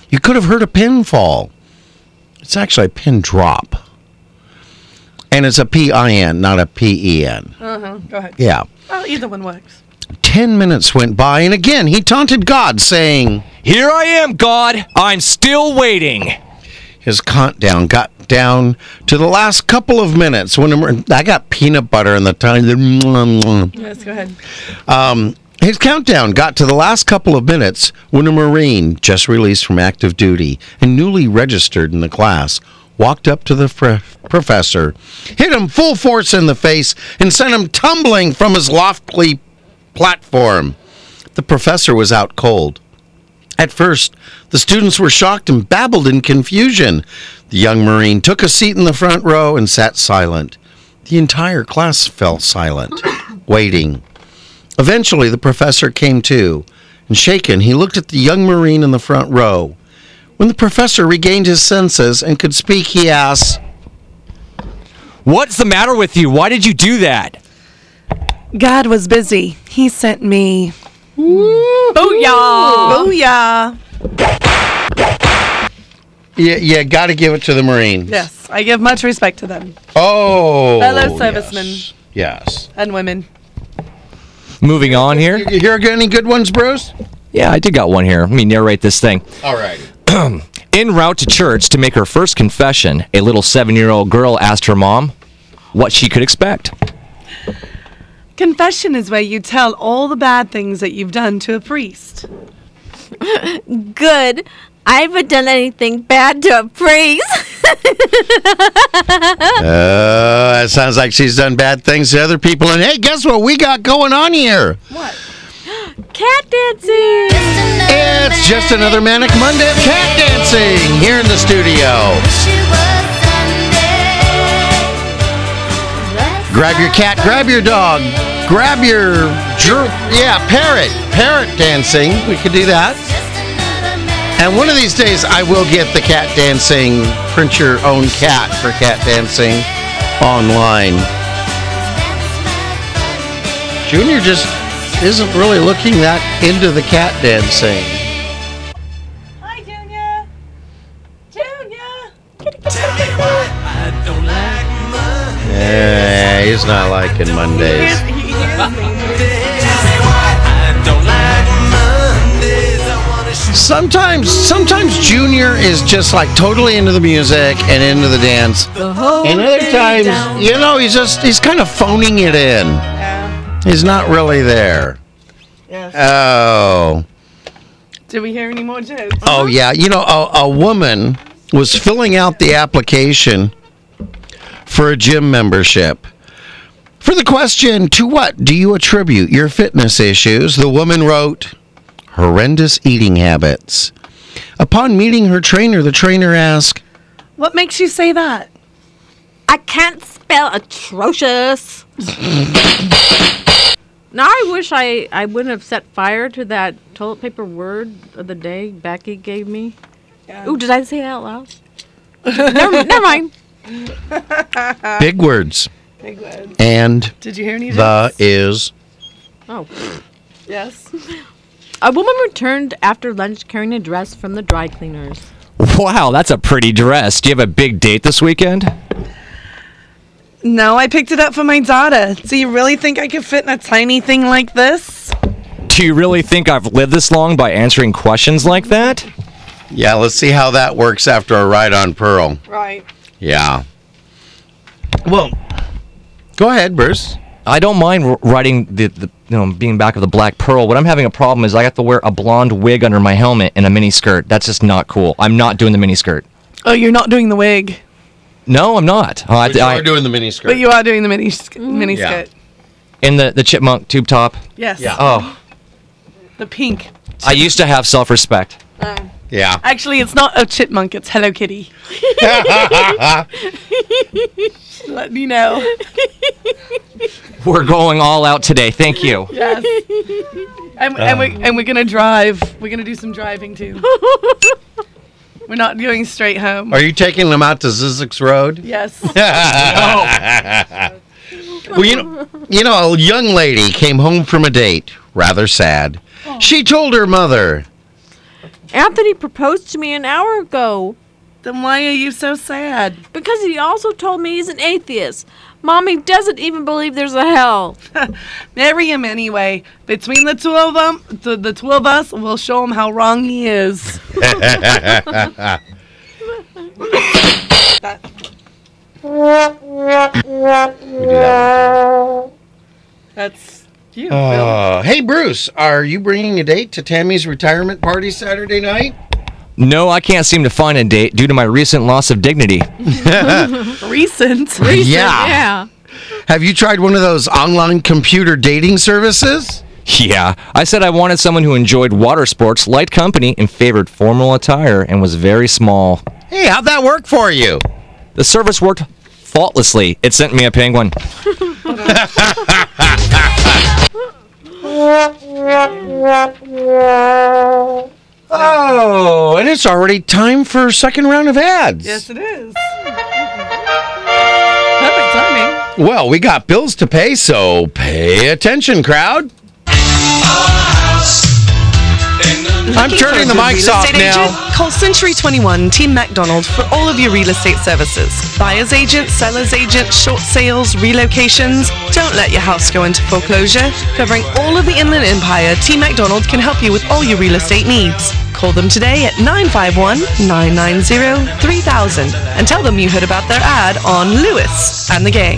S2: You could have heard a pin fall. It's actually a pin drop. And it's a P I N, not a P E N.
S1: Uh-huh. Go ahead.
S2: Yeah.
S1: Well, either one works.
S2: Ten minutes went by, and again he taunted God, saying
S3: Here I am, God. I'm still waiting.
S2: his countdown got down to the last couple of minutes when emer- I got peanut butter in the time.
S1: Yes, go ahead.
S2: Um, his countdown got to the last couple of minutes when a Marine, just released from active duty and newly registered in the class, walked up to the fr- professor, hit him full force in the face, and sent him tumbling from his lofty platform. The professor was out cold. At first, the students were shocked and babbled in confusion. The young Marine took a seat in the front row and sat silent. The entire class fell silent, waiting. Eventually, the professor came to, and shaken, he looked at the young Marine in the front row. When the professor regained his senses and could speak, he asked,
S3: What's the matter with you? Why did you do that?
S1: God was busy. He sent me.
S5: Booyah!
S1: Booyah!
S2: Yeah, yeah, got to give it to the Marine.
S1: Yes, I give much respect to them.
S2: Oh.
S1: Fellow servicemen
S2: Yes.
S1: and women.
S3: Moving on here.
S2: You hear any good ones, Bruce?
S3: Yeah, I did got one here. Let me narrate this thing.
S2: All right.
S3: En route to church to make her first confession, a little seven year old girl asked her mom what she could expect.
S1: Confession is where you tell all the bad things that you've done to a priest.
S14: Good. I haven't done anything bad to a priest.
S2: Uh, that sounds like she's done bad things to other people. And hey, guess what we got going on here?
S14: Cat dancing.
S2: It's just another Manic Monday of cat dancing here in the studio. Grab your cat, grab your dog, grab your jer- yeah, parrot, parrot dancing. We could do that. And one of these days, I will get the cat dancing. Print your own cat for cat dancing online. Junior just isn't really looking that into the cat dancing. Yeah, he's not liking Mondays. Sometimes, sometimes Junior is just like totally into the music and into the dance. And other times, you know, he's just he's kind of phoning it in. He's not really there. Oh.
S1: Did we hear any more jokes? Uh-huh.
S2: Oh yeah, you know, a, a woman was filling out the application for a gym membership. For the question, to what do you attribute your fitness issues? The woman wrote, horrendous eating habits. Upon meeting her trainer, the trainer asked,
S1: What makes you say that?
S14: I can't spell atrocious.
S5: Now I wish I, I wouldn't have set fire to that toilet paper word of the day Becky gave me. Ooh, did I say that out loud? never, never mind.
S2: big words.
S1: Uh, Big words.
S2: And
S1: Did you hear any
S2: the is.
S5: Oh.
S1: Yes.
S5: A woman returned after lunch carrying a dress from the dry cleaners.
S3: Wow, that's a pretty dress. Do you have a big date this weekend?
S1: No, I picked it up for my daughter. Do you really think I could fit in a tiny thing like this?
S3: Do you really think I've lived this long by answering questions like that?
S2: Yeah, let's see how that works after a ride on Pearl.
S1: Right.
S2: Yeah. Well, go ahead, Bruce.
S3: I don't mind r- riding the, the you know being back of the black pearl. What I'm having a problem is I have to wear a blonde wig under my helmet and a mini skirt. That's just not cool. I'm not doing the mini skirt.
S1: Oh, you're not doing the wig,
S3: No, I'm not. I,
S2: But you are doing the mini
S1: but you are doing the mini sk- mini
S3: Yeah.
S1: skirt.
S3: in the the chipmunk tube top.
S1: Yes.
S3: Oh,
S1: The pink.
S3: I used to have self respect.
S2: Yeah.
S1: Actually, it's not a chipmunk. It's Hello Kitty. Let me know.
S3: We're going all out today. Thank you.
S1: Yes. And, and, we, and we're going to drive. We're going to do some driving too. we're not going straight home.
S2: Are you taking them out to Zizek's Road?
S1: Yes.
S2: well, you know, you know, a young lady came home from a date, rather sad. She told her mother,
S5: Anthony proposed to me an hour ago.
S1: Then why are you so sad?
S5: Because he also told me he's an atheist. Mommy doesn't even believe there's a hell.
S1: Marry him anyway. Between the two of them, the, the two of us, we'll show him how wrong he is. That's you.
S2: Uh, Oh. "Hey, Bruce, are you bringing a date to Tammy's retirement party Saturday night?"
S3: No, I can't seem to find a date due to my recent loss of dignity.
S1: Recent.
S2: Recent, Yeah. yeah. Have you tried one of those online computer dating services?
S3: Yeah, I said I wanted someone who enjoyed water sports, light company, and favored formal attire and was very small.
S2: Hey, how'd that work for you?
S3: The service worked faultlessly. It sent me a penguin.
S2: Oh, and it's already time for a second round of ads.
S1: Yes, it is. Perfect timing.
S2: Well, we got bills to pay, so pay attention, crowd. I'm turning the mics
S1: Real
S2: off
S1: estate
S2: now.
S1: Agent? Call Century 21 Team MacDonald for all of your real estate services. Buyer's agent, seller's agent, short sales, relocations. Don't let your house go into foreclosure. Covering all of the Inland Empire, Team MacDonald can help you with all your real estate needs. Call them today at 951 990 3000 and tell them you heard about their ad on Lewis and the Gay.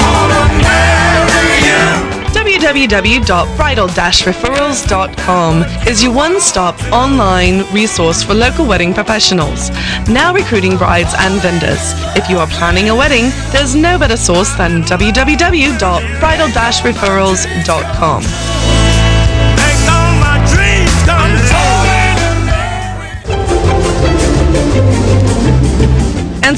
S1: www.bridal-referrals.com is your one-stop online resource for local wedding professionals, now recruiting brides and vendors. If you are planning a wedding, there's no better source than www.bridal-referrals.com. And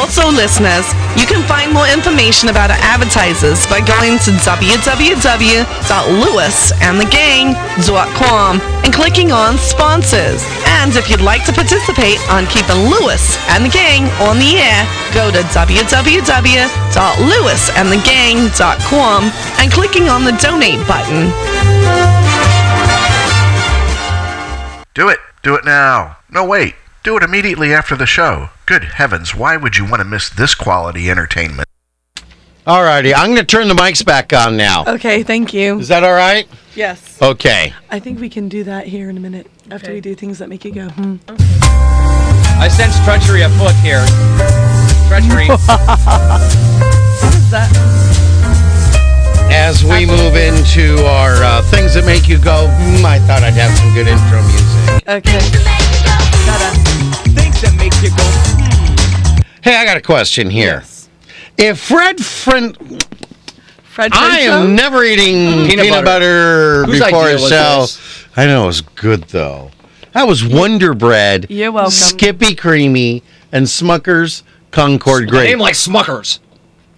S1: Also, listeners, you can find more information about our advertisers by going to www.lewisandthegang.com and clicking on Sponsors. And if you'd like to participate on keeping Lewis and the Gang on the air, go to www.lewisandthegang.com and clicking on the Donate button.
S8: Do it. Do it now. No, wait. Do it immediately after the show. Good heavens, why would you want to miss this quality entertainment?
S2: Alrighty, I'm going to turn the mics back on now.
S1: Okay, thank you.
S2: Is that all right?
S1: Yes.
S2: Okay.
S1: I think we can do that here in a minute after we do things that make you go, hmm.
S4: I sense treachery afoot here. Treachery.
S2: As we move into our uh, things that make you go, mm, I thought I'd have some good intro music.
S1: Okay.
S2: Hey, I got a question here. If Fred Friend,
S1: Fred
S2: I am never eating peanut, butter,
S4: Mm. Whose
S2: before
S4: idea
S2: I
S4: was
S2: sell.
S4: this?
S2: I know it was good though. That was Wonder Bread.
S1: You're welcome.
S2: Skippy Creamy and Smucker's Concord Grape.
S4: Name like Smuckers.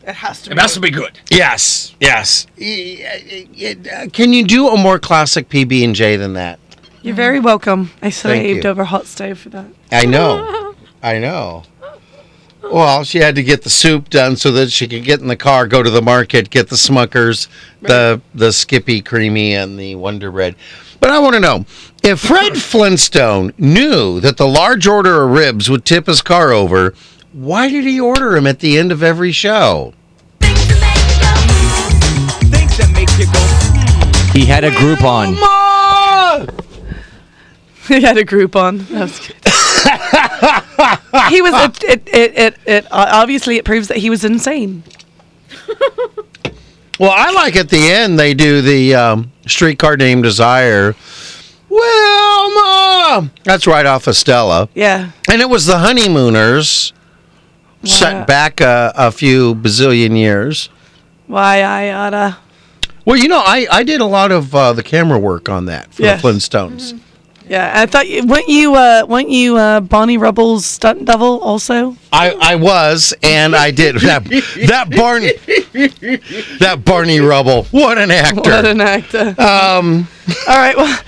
S1: It has to
S4: It has to be good.
S2: yes, yes. Y- y- y- uh, Can you do a more classic PB and J than that?
S1: You're very welcome. I
S2: Thank
S1: slaved
S2: you.
S1: over hot stove for that.
S2: I know. I know. Well, she had to get the soup done so that she could get in the car, go to the market, get the Smuckers, the the Skippy Creamy, and the Wonder Bread. But I want to know if Fred Flintstone knew that the large order of ribs would tip his car over, why did he order them at the end of every show?
S3: He had a Groupon.
S1: he had a group on. That was good. he was. It, it, it, it, it, uh, obviously, it proves that he was insane.
S2: Well, I like at the end they do the um, streetcar named Desire. Wilma! That's right off Estella.
S1: Yeah.
S2: And it was the honeymooners
S1: Wow.
S2: set back a, a few bazillion years.
S1: Why I oughta.
S2: Well, you know, I, I did a lot of uh, the camera work on that for
S1: Yeah.
S2: the Flintstones.
S1: Mm-hmm. Yeah, I thought you weren't you uh weren't you uh Bonnie Rubble's stunt double also?
S2: I, I was, and I did that. That Barney, that Barney Rubble. What an actor!
S1: What an actor. Um All right, well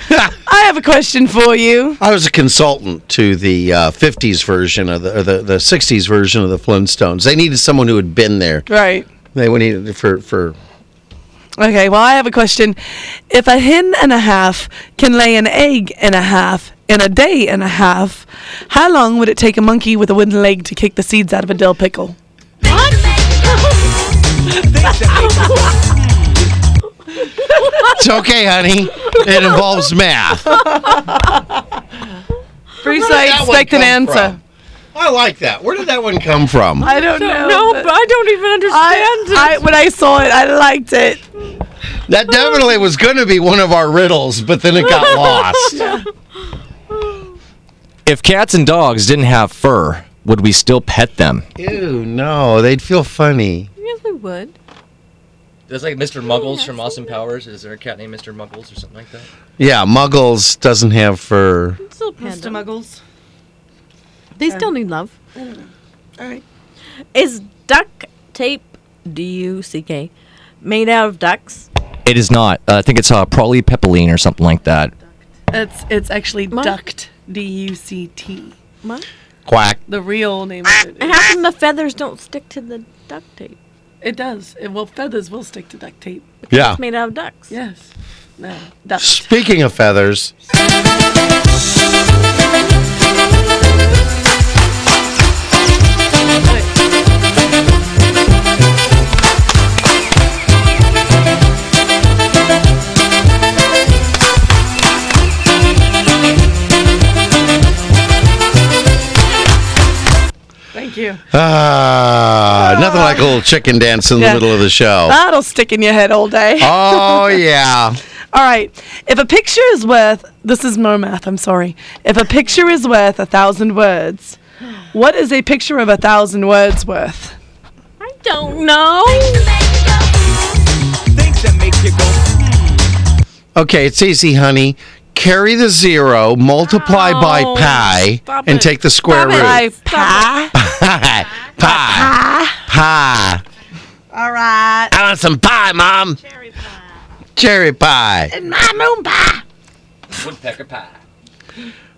S1: I have a question for you.
S2: I was a consultant to the uh, 50s version of the, or the the 60s version of the Flintstones. They needed someone who had been there.
S1: Right.
S2: They would need for for
S1: Okay, well I have a question. If a hen and a half can lay an egg and a half in a day and a half, how long would it take a monkey with a wooden leg to kick the seeds out of a dill pickle?
S2: It's okay, honey. It involves math.
S1: Free
S2: Where did
S1: site
S2: that one
S1: expect an
S2: come
S1: answer.
S2: from? I like that. Where did that one come from?
S1: I don't know.
S5: No,
S1: but
S5: but I don't even understand
S1: I, I, when I saw it, I liked it.
S2: That definitely was going to be one of our riddles, but then it got lost.
S3: If cats and dogs didn't have fur, would we still pet them?
S2: Ew, no, they'd feel funny.
S5: Yes, we would.
S4: There's like Mr. Muggles from Austin Powers. Is there a cat named Mr. Muggles or something like that?
S2: Yeah, Muggles doesn't have fur.
S5: Still pet
S1: Mr. Muggles.
S5: They still need love.
S1: All right.
S14: Is duct tape, D U C K, made out of ducks?
S3: It is not. Uh, I think it's uh, probably pepiline or something like that.
S1: It's it's actually duct. D U C T.
S2: Quack.
S1: The real name of it.
S14: How come the feathers don't stick to the duct tape?
S1: It does. It, well, feathers will stick to duct tape.
S2: Yeah.
S14: It's made out of ducks.
S1: Yes. No. Duct.
S2: Speaking of feathers,
S1: Thank you.
S2: ah, nothing like a little chicken dance in
S1: Yeah.
S2: the middle of the show.
S1: That'll stick in your head all day.
S2: Oh yeah.
S1: All right. If a picture is worth, this is no math, I'm sorry. If a picture is worth a thousand words, what is a picture of a thousand words worth?
S14: I don't know.
S2: Okay, it's easy, honey. Carry the zero, multiply by
S1: Oh,
S2: pi,
S1: stop
S2: and
S1: it.
S2: take the square root.
S1: pie.
S2: pie. Pie. Pie.
S1: All right.
S2: I want some pie, Mom. Cherry pie. Cherry pie.
S1: And my moon pie.
S4: Woodpecker pie.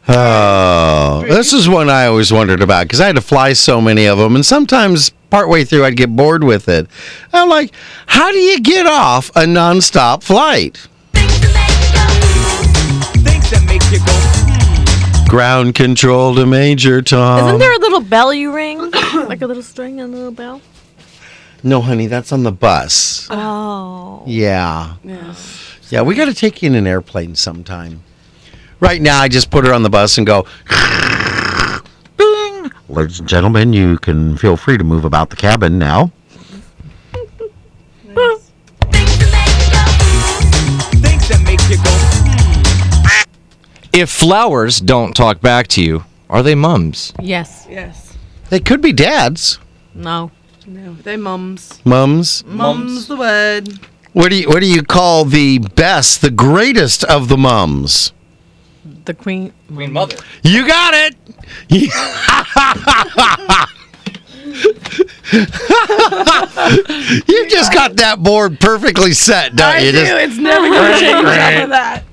S2: Oh, this is one I always wondered about because I had to fly so many of them, and sometimes partway through I'd get bored with it. I'm like, how do you get off a nonstop flight? Ground control to Major Tom.
S14: Isn't there a little bell you ring? like a little string and a little bell?
S2: No, honey, that's on the bus.
S14: Oh.
S2: Yeah. Yeah, we got to take you in an airplane sometime. Right now, I just put her on the bus and go, Bing. Ladies and gentlemen, you can feel free to move about the cabin now.
S3: If flowers don't talk back to you, are they mums?
S5: Yes.
S1: Yes.
S2: They could be dads.
S5: No.
S1: No. They mums.
S2: Mums.
S1: Mum's the word.
S2: What do you what do you call the best, the greatest of the mums?
S5: The queen.
S4: Queen Mother.
S2: You got it. you just got that board perfectly set, don't
S1: I
S2: you?
S1: do.
S2: Just-
S1: It's never going to change after that.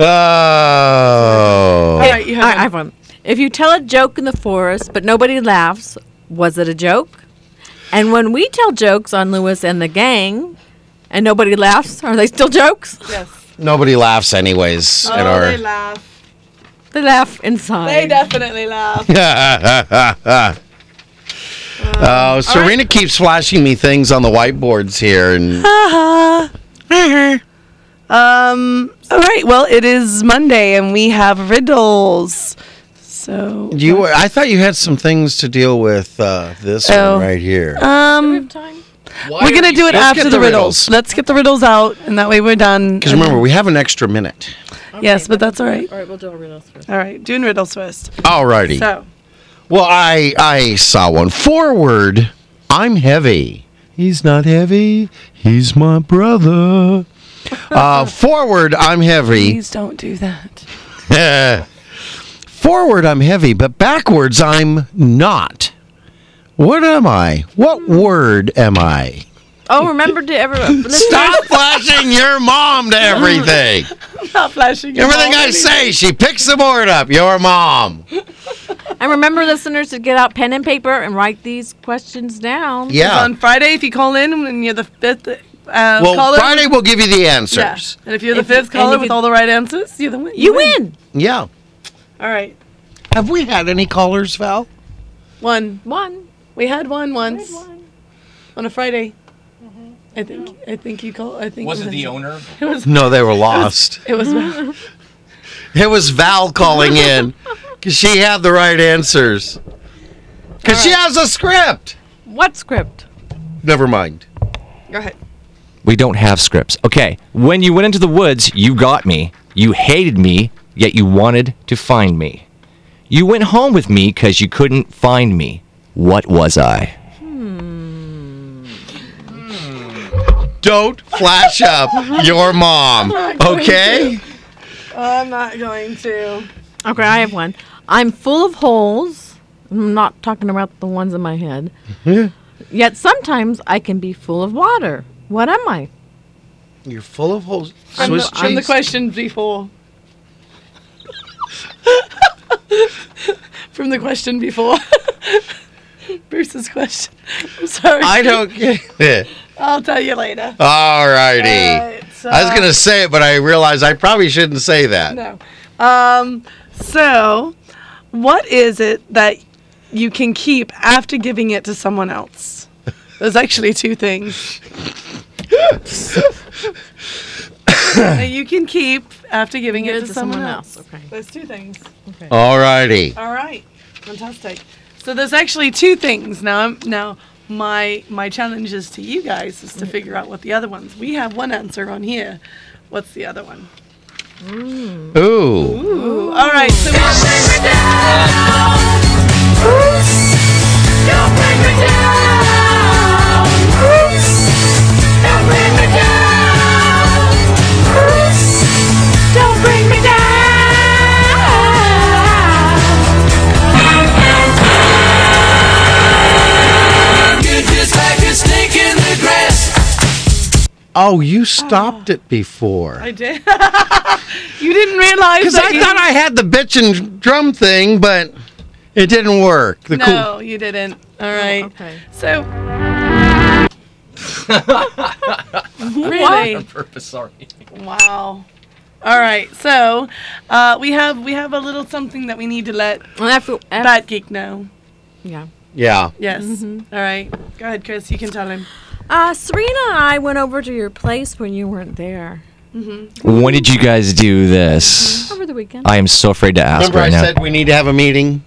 S2: Oh.
S1: All right, you have
S5: I, I have one. If you tell a joke in the forest but nobody laughs, was it a joke? And when we tell jokes on Lewis and the gang, and nobody laughs, are they still jokes?
S1: Yes.
S2: Nobody laughs anyways at
S1: Oh,
S2: our.
S1: they laugh.
S5: They laugh inside.
S1: They definitely laugh. Uh,
S2: oh, Uh, Serena keeps flashing me things on the whiteboards here, and
S1: um. All right. Well, it is Monday, and we have riddles. So.
S2: you. I thought you had some things to deal with uh, this
S1: Oh.
S2: one right here.
S1: Um.
S5: time.
S4: Why
S13: we're
S4: are
S13: gonna
S4: you-
S13: do it
S2: Let's
S13: after
S2: get
S13: the
S2: the
S13: riddles.
S2: riddles.
S13: Let's get the riddles out, and that way we're done.
S2: Because remember, we have an extra minute.
S13: yes, but that's all right.
S15: All right, we'll do our riddles first.
S13: All right, doing riddles first.
S2: Alrighty.
S13: So
S2: Well, I I saw one. Forward, I'm heavy. He's not heavy. He's my brother. Uh, forward, I'm heavy.
S13: please don't do that.
S2: Forward, I'm heavy, but backwards, I'm not. What am I? What word am I?
S15: Oh, remember to ever
S2: Stop flashing your mom to everything.
S13: I'm not flashing. your
S2: Everything
S13: mom
S2: I
S13: anything.
S2: say, she picks the word up. Your mom.
S5: And remember, listeners, to get out pen and paper and write these questions down.
S2: Yeah.
S13: On Friday, if you call in when you're the fifth, uh,
S2: well,
S13: caller,
S2: Friday we'll give you the
S13: Yeah.
S2: answers.
S13: And if you're the
S5: If you-
S13: fifth
S5: and
S13: caller
S5: if
S13: with
S5: you-
S13: all the right answers, you're the win.
S5: You win.
S2: Yeah.
S13: All right.
S2: Have we had any callers, Val?
S13: One. One. We had one once. On a Friday.
S5: Mm-hmm.
S13: I think. I think you call. I think.
S4: Was it
S13: was-
S4: the owner?
S13: It was.
S2: No, they were lost.
S13: It was.
S2: It was Val calling in because she had the right answers. Because she has a script.
S5: What script?
S2: Never mind.
S13: Go ahead.
S3: We don't have scripts. Okay. When you went into the woods, you got me. You hated me, yet you wanted to find me. You went home with me because you couldn't find me. What was I?
S2: Don't flash up your mom, okay?
S13: I'm not going to.
S5: Okay, I have one. I'm full of holes. I'm not talking about the ones in my head. Yet sometimes I can be full of water. What am I?
S2: You're full of holes.
S13: From the,
S2: Swiss
S13: from the
S2: cheese.
S13: question before. from the question before. Bruce's question. I'm sorry.
S2: I don't get it.
S13: I'll tell you later.
S2: All
S13: All
S2: righty.
S13: right, so-
S2: I was going to say it, but I realized I probably shouldn't say that.
S13: uh, No. Um, so, what is it that you can keep after giving it to someone else? There's actually two things that you can keep after giving it, to, someone, else.
S5: Okay.
S13: There's two things. Okay.
S2: All righty.
S13: All right. Fantastic. So there's actually two things now. I'm, now my my challenge is to you guys is to figure out what the other ones. We have one answer on here. What's the other one?
S2: Ooh.
S13: Ooh. All right. So we-
S2: Oh, you stopped it before.
S13: I did. you didn't realize
S2: Because
S13: that
S2: I
S13: you-
S2: thought I had the bitch and drum thing, but it didn't work. The
S13: no, you didn't. All right.
S5: Oh, okay.
S13: So
S4: On
S13: really,
S4: purpose, sorry.
S13: wow. All right. So uh, we have we have a little something that we need to let
S5: And I feel, I-
S13: Bat Geek know.
S5: yeah.
S2: Yeah.
S13: Yes.
S5: Mm-hmm.
S13: All right. Go ahead, Chris. You can tell him.
S5: Uh, Serena and I went over to your place when you weren't there
S3: When did you guys do this?
S5: over the weekend.
S3: I am so afraid to ask
S2: Remember I
S3: right now.
S2: said we need to have a meeting?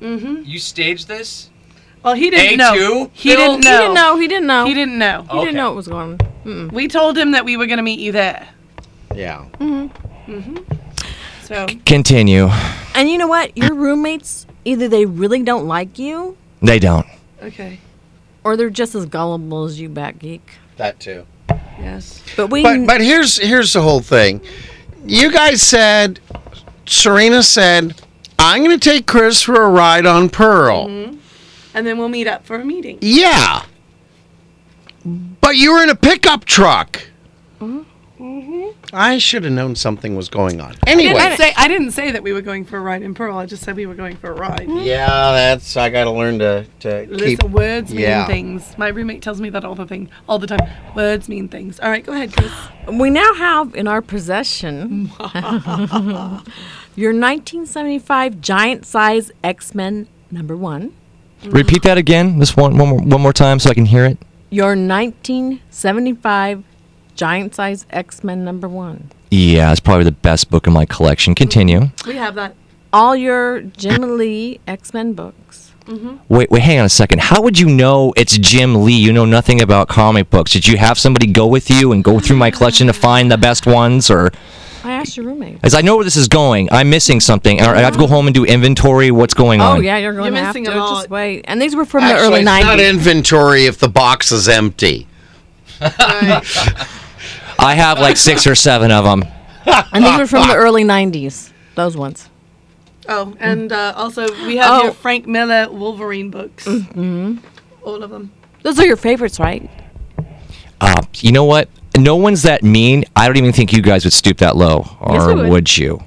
S4: You staged this?
S13: Well, he didn't
S4: A
S13: know.
S4: two?
S13: He didn't
S5: He
S13: know.
S5: didn't know. Oh. He didn't know.
S13: He didn't know.
S5: He didn't
S4: Okay.
S5: know what was going. On.
S13: We told him that we were going to meet you there.
S2: Yeah.
S13: So
S3: Continue.
S5: And you know what? Your roommates either they really don't like you,
S3: They don't.
S13: okay.
S5: or they're just as gullible as you, Bat Geek.
S2: That too.
S13: Yes.
S5: But we.
S2: But but here's here's the whole thing. You guys said Serena said, I'm gonna take Chris for a ride on Pearl.
S13: Mm-hmm. And then we'll meet up for a meeting.
S2: Yeah. But you were in a pickup truck. Mm-hmm. I should have known something was going on.
S13: I didn't
S2: Anyway.
S13: say I didn't say that we were going for a ride in Pearl. I just said we were going for a ride.
S2: Yeah, that's I gotta learn to, to
S13: Listen, words mean
S2: yeah.
S13: things. My roommate tells me that all the thing all the time. Words mean things. All right, go ahead, Chris.
S5: We now have in our possession your 1975 giant size X Men number one,
S3: Repeat that again, just one, one, more, one more time so I can hear it.
S5: your 1975 giant size X Men number one,
S3: Yeah, it's probably the best book in my collection. Continue.
S13: We have that.
S5: all your Jim Lee X Men books, Mhm.
S3: Wait, wait, hang on a second. How would you know it's Jim Lee? You know nothing about comic books. Did you have somebody go with you and go through my collection to find the best ones, or
S5: I asked your roommate.
S3: as I know where this is going, I'm missing something, or I have to go home and do inventory. What's going
S5: Oh
S3: on?
S5: yeah, you're going to have to
S13: missing it all.
S5: just wait. And these were from
S2: Actually,
S5: the early
S2: it's not
S5: '90s.
S2: inventory if the box is empty.
S3: I have like six or seven of them.
S5: and these were from the early '90s. Those ones.
S2: Mm.
S13: Oh, and uh, also we have
S5: Oh.
S13: your Frank Miller Wolverine books.
S2: Mm-hmm.
S5: Mhm.
S13: All of them.
S5: Those are your favorites, right?
S3: Uh, you know what? No one's that mean. I don't even think you guys would stoop that low, or
S5: Yes, we would.
S3: you?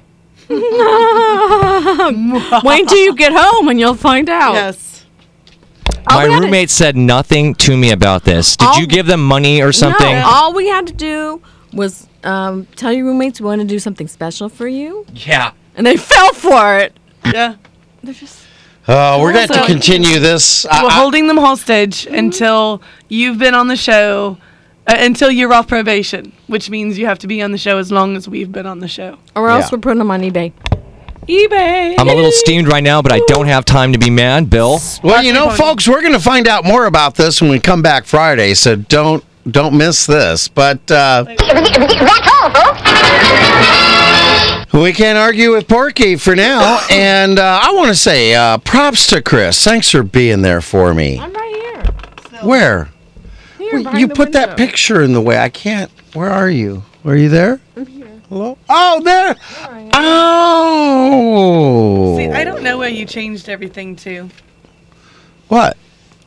S5: Wait until you get home and you'll find
S2: Oh.
S5: out.
S13: Yes.
S3: My roommate said nothing to me about this. Did
S5: All-
S3: you give them money or something?
S5: No, all we had to do was um, tell your roommates we want to do something special for you,
S3: Yeah.
S5: and they fell for it.
S13: Yeah.
S5: They're just.
S2: Uh, we're going to
S13: Also-
S2: have to continue this. I- Mm-hmm.
S13: We're
S2: I-
S13: holding them hostage until you've been on the show, uh, until you're off probation, which means you have to be on the show as long as we've been on the show.
S5: Or else
S3: Yeah.
S5: we're putting them on eBay.
S13: eBay.
S3: I'm a little steamed right now, but I don't have time to be mad, Bill.
S2: well, you know, folks, we're going to find out more about this when we come back Friday, so don't don't miss this. But uh, we can't argue with Porky for now. And uh, I want to say uh, props to Chris. Thanks for being there for me. I'm right here. Where? Well, you put that picture in the way. I can't. Where are you? Are you there? I'm here. Hello? Oh, there. Oh.
S13: See, I don't know where you changed everything to.
S2: What?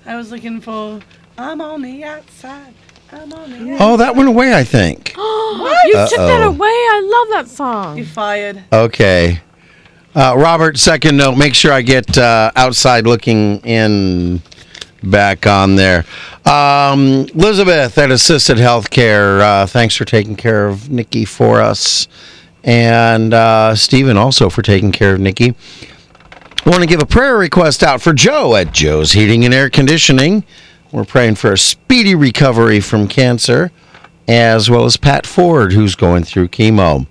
S13: I was looking for. I'm on the outside. I'm on the outside.
S2: Oh, that went away, I think.
S5: Oh, you took that
S2: Uh-oh.
S5: away. I love that song. You
S13: fired.
S2: Okay. Uh, Robert, second note, make sure I get uh, outside looking in back on there. Um, Elizabeth at Assisted Healthcare, uh, thanks for taking care of Nikki for us. And uh, Stephen also for taking care of Nikki. want to give a prayer request out for Joe at Joe's Heating and Air Conditioning. We're praying for a speedy recovery from cancer, as well as Pat Ford, who's going through chemo.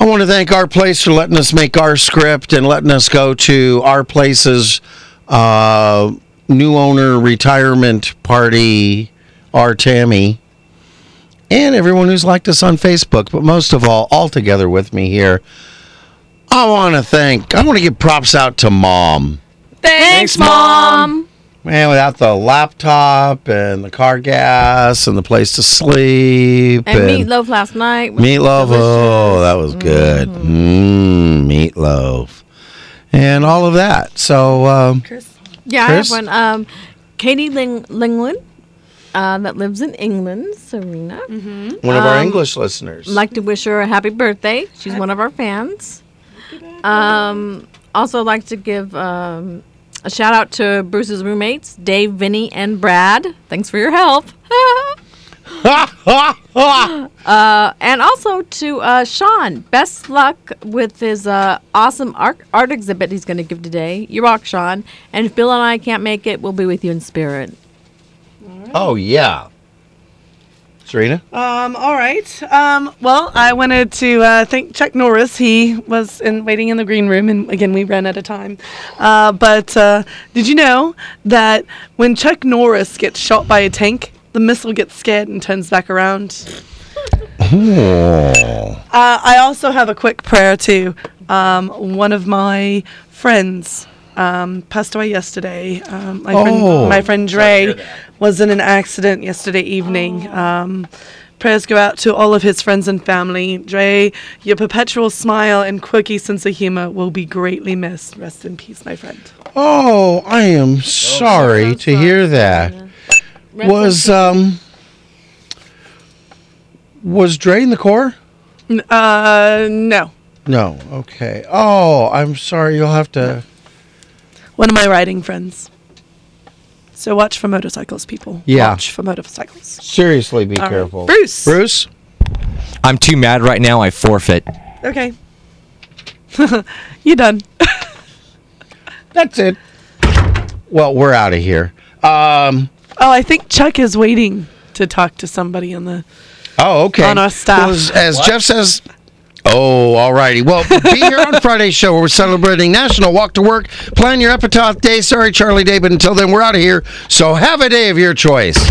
S2: I want to thank Our Place for letting us make our script and letting us go to Our Place's uh, new owner retirement party, our Tammy, and everyone who's liked us on Facebook, but most of all, all together with me here. I want to thank, I want to give props out to mom.
S5: Thanks, Mom.
S2: Man, without the laptop and the car gas and the place to sleep
S5: And meatloaf last night. was
S2: Meatloaf.
S5: delicious.
S2: Oh, that was good. Mm, meatloaf. And all of that. So, um,
S5: Yeah,
S2: Chris?
S5: I have one. Um, Katie Ling- Lingland, uh, that lives in England, Serena. Mm-hmm.
S2: one of our English listeners.
S5: Like to wish her a happy birthday. She's one of our fans. Um, also, like to give um, a shout out to Bruce's roommates, Dave, Vinny, and Brad. Thanks for your help. uh, and also to uh, Sean, best luck with his uh, awesome art, art exhibit he's going to give today. You rock, Sean. And if Bill and I can't make it, we'll be with you in spirit.
S2: oh, yeah. Serena?
S13: Um, all right. Um, well, I wanted to uh, thank Chuck Norris. He was in waiting in the green room, and again, we ran out of time. Uh, but uh, did you know that when Chuck Norris gets shot by a tank, the missile gets scared and turns back around?
S2: Oh.
S13: Uh, I also have a quick prayer to um, one of my friends. Um, passed away yesterday. Um, my,
S2: Oh.
S13: friend, my friend Dre was in an accident yesterday evening. Um, prayers go out to all of his friends and family. Dre, your perpetual smile and quirky sense of humor will be greatly missed. Rest in peace, my friend.
S2: Oh, I am sorry to hear that. Was, um, was Dre in the core?
S13: N- Uh, no.
S2: No. Okay. Oh, I'm sorry. You'll have to.
S13: One of my riding friends. So watch for motorcycles, people.
S2: Yeah.
S13: Watch for motorcycles.
S2: Seriously, be
S13: All right.
S2: careful.
S13: Bruce.
S2: Bruce?
S3: I'm too mad right now. I forfeit.
S13: Okay. you done.
S2: That's it. Well, we're out of here. Um,
S13: Oh, I think Chuck is waiting to talk to somebody on the.
S2: oh, okay.
S13: On our staff.
S2: Well, as as
S13: What?
S2: Jeff says, Oh, all righty. Well, be here on Friday's show where we're celebrating National Walk to Work. Plan your epitaph day. Sorry, Charlie Day, but until then, we're out of here. So have a day of your choice.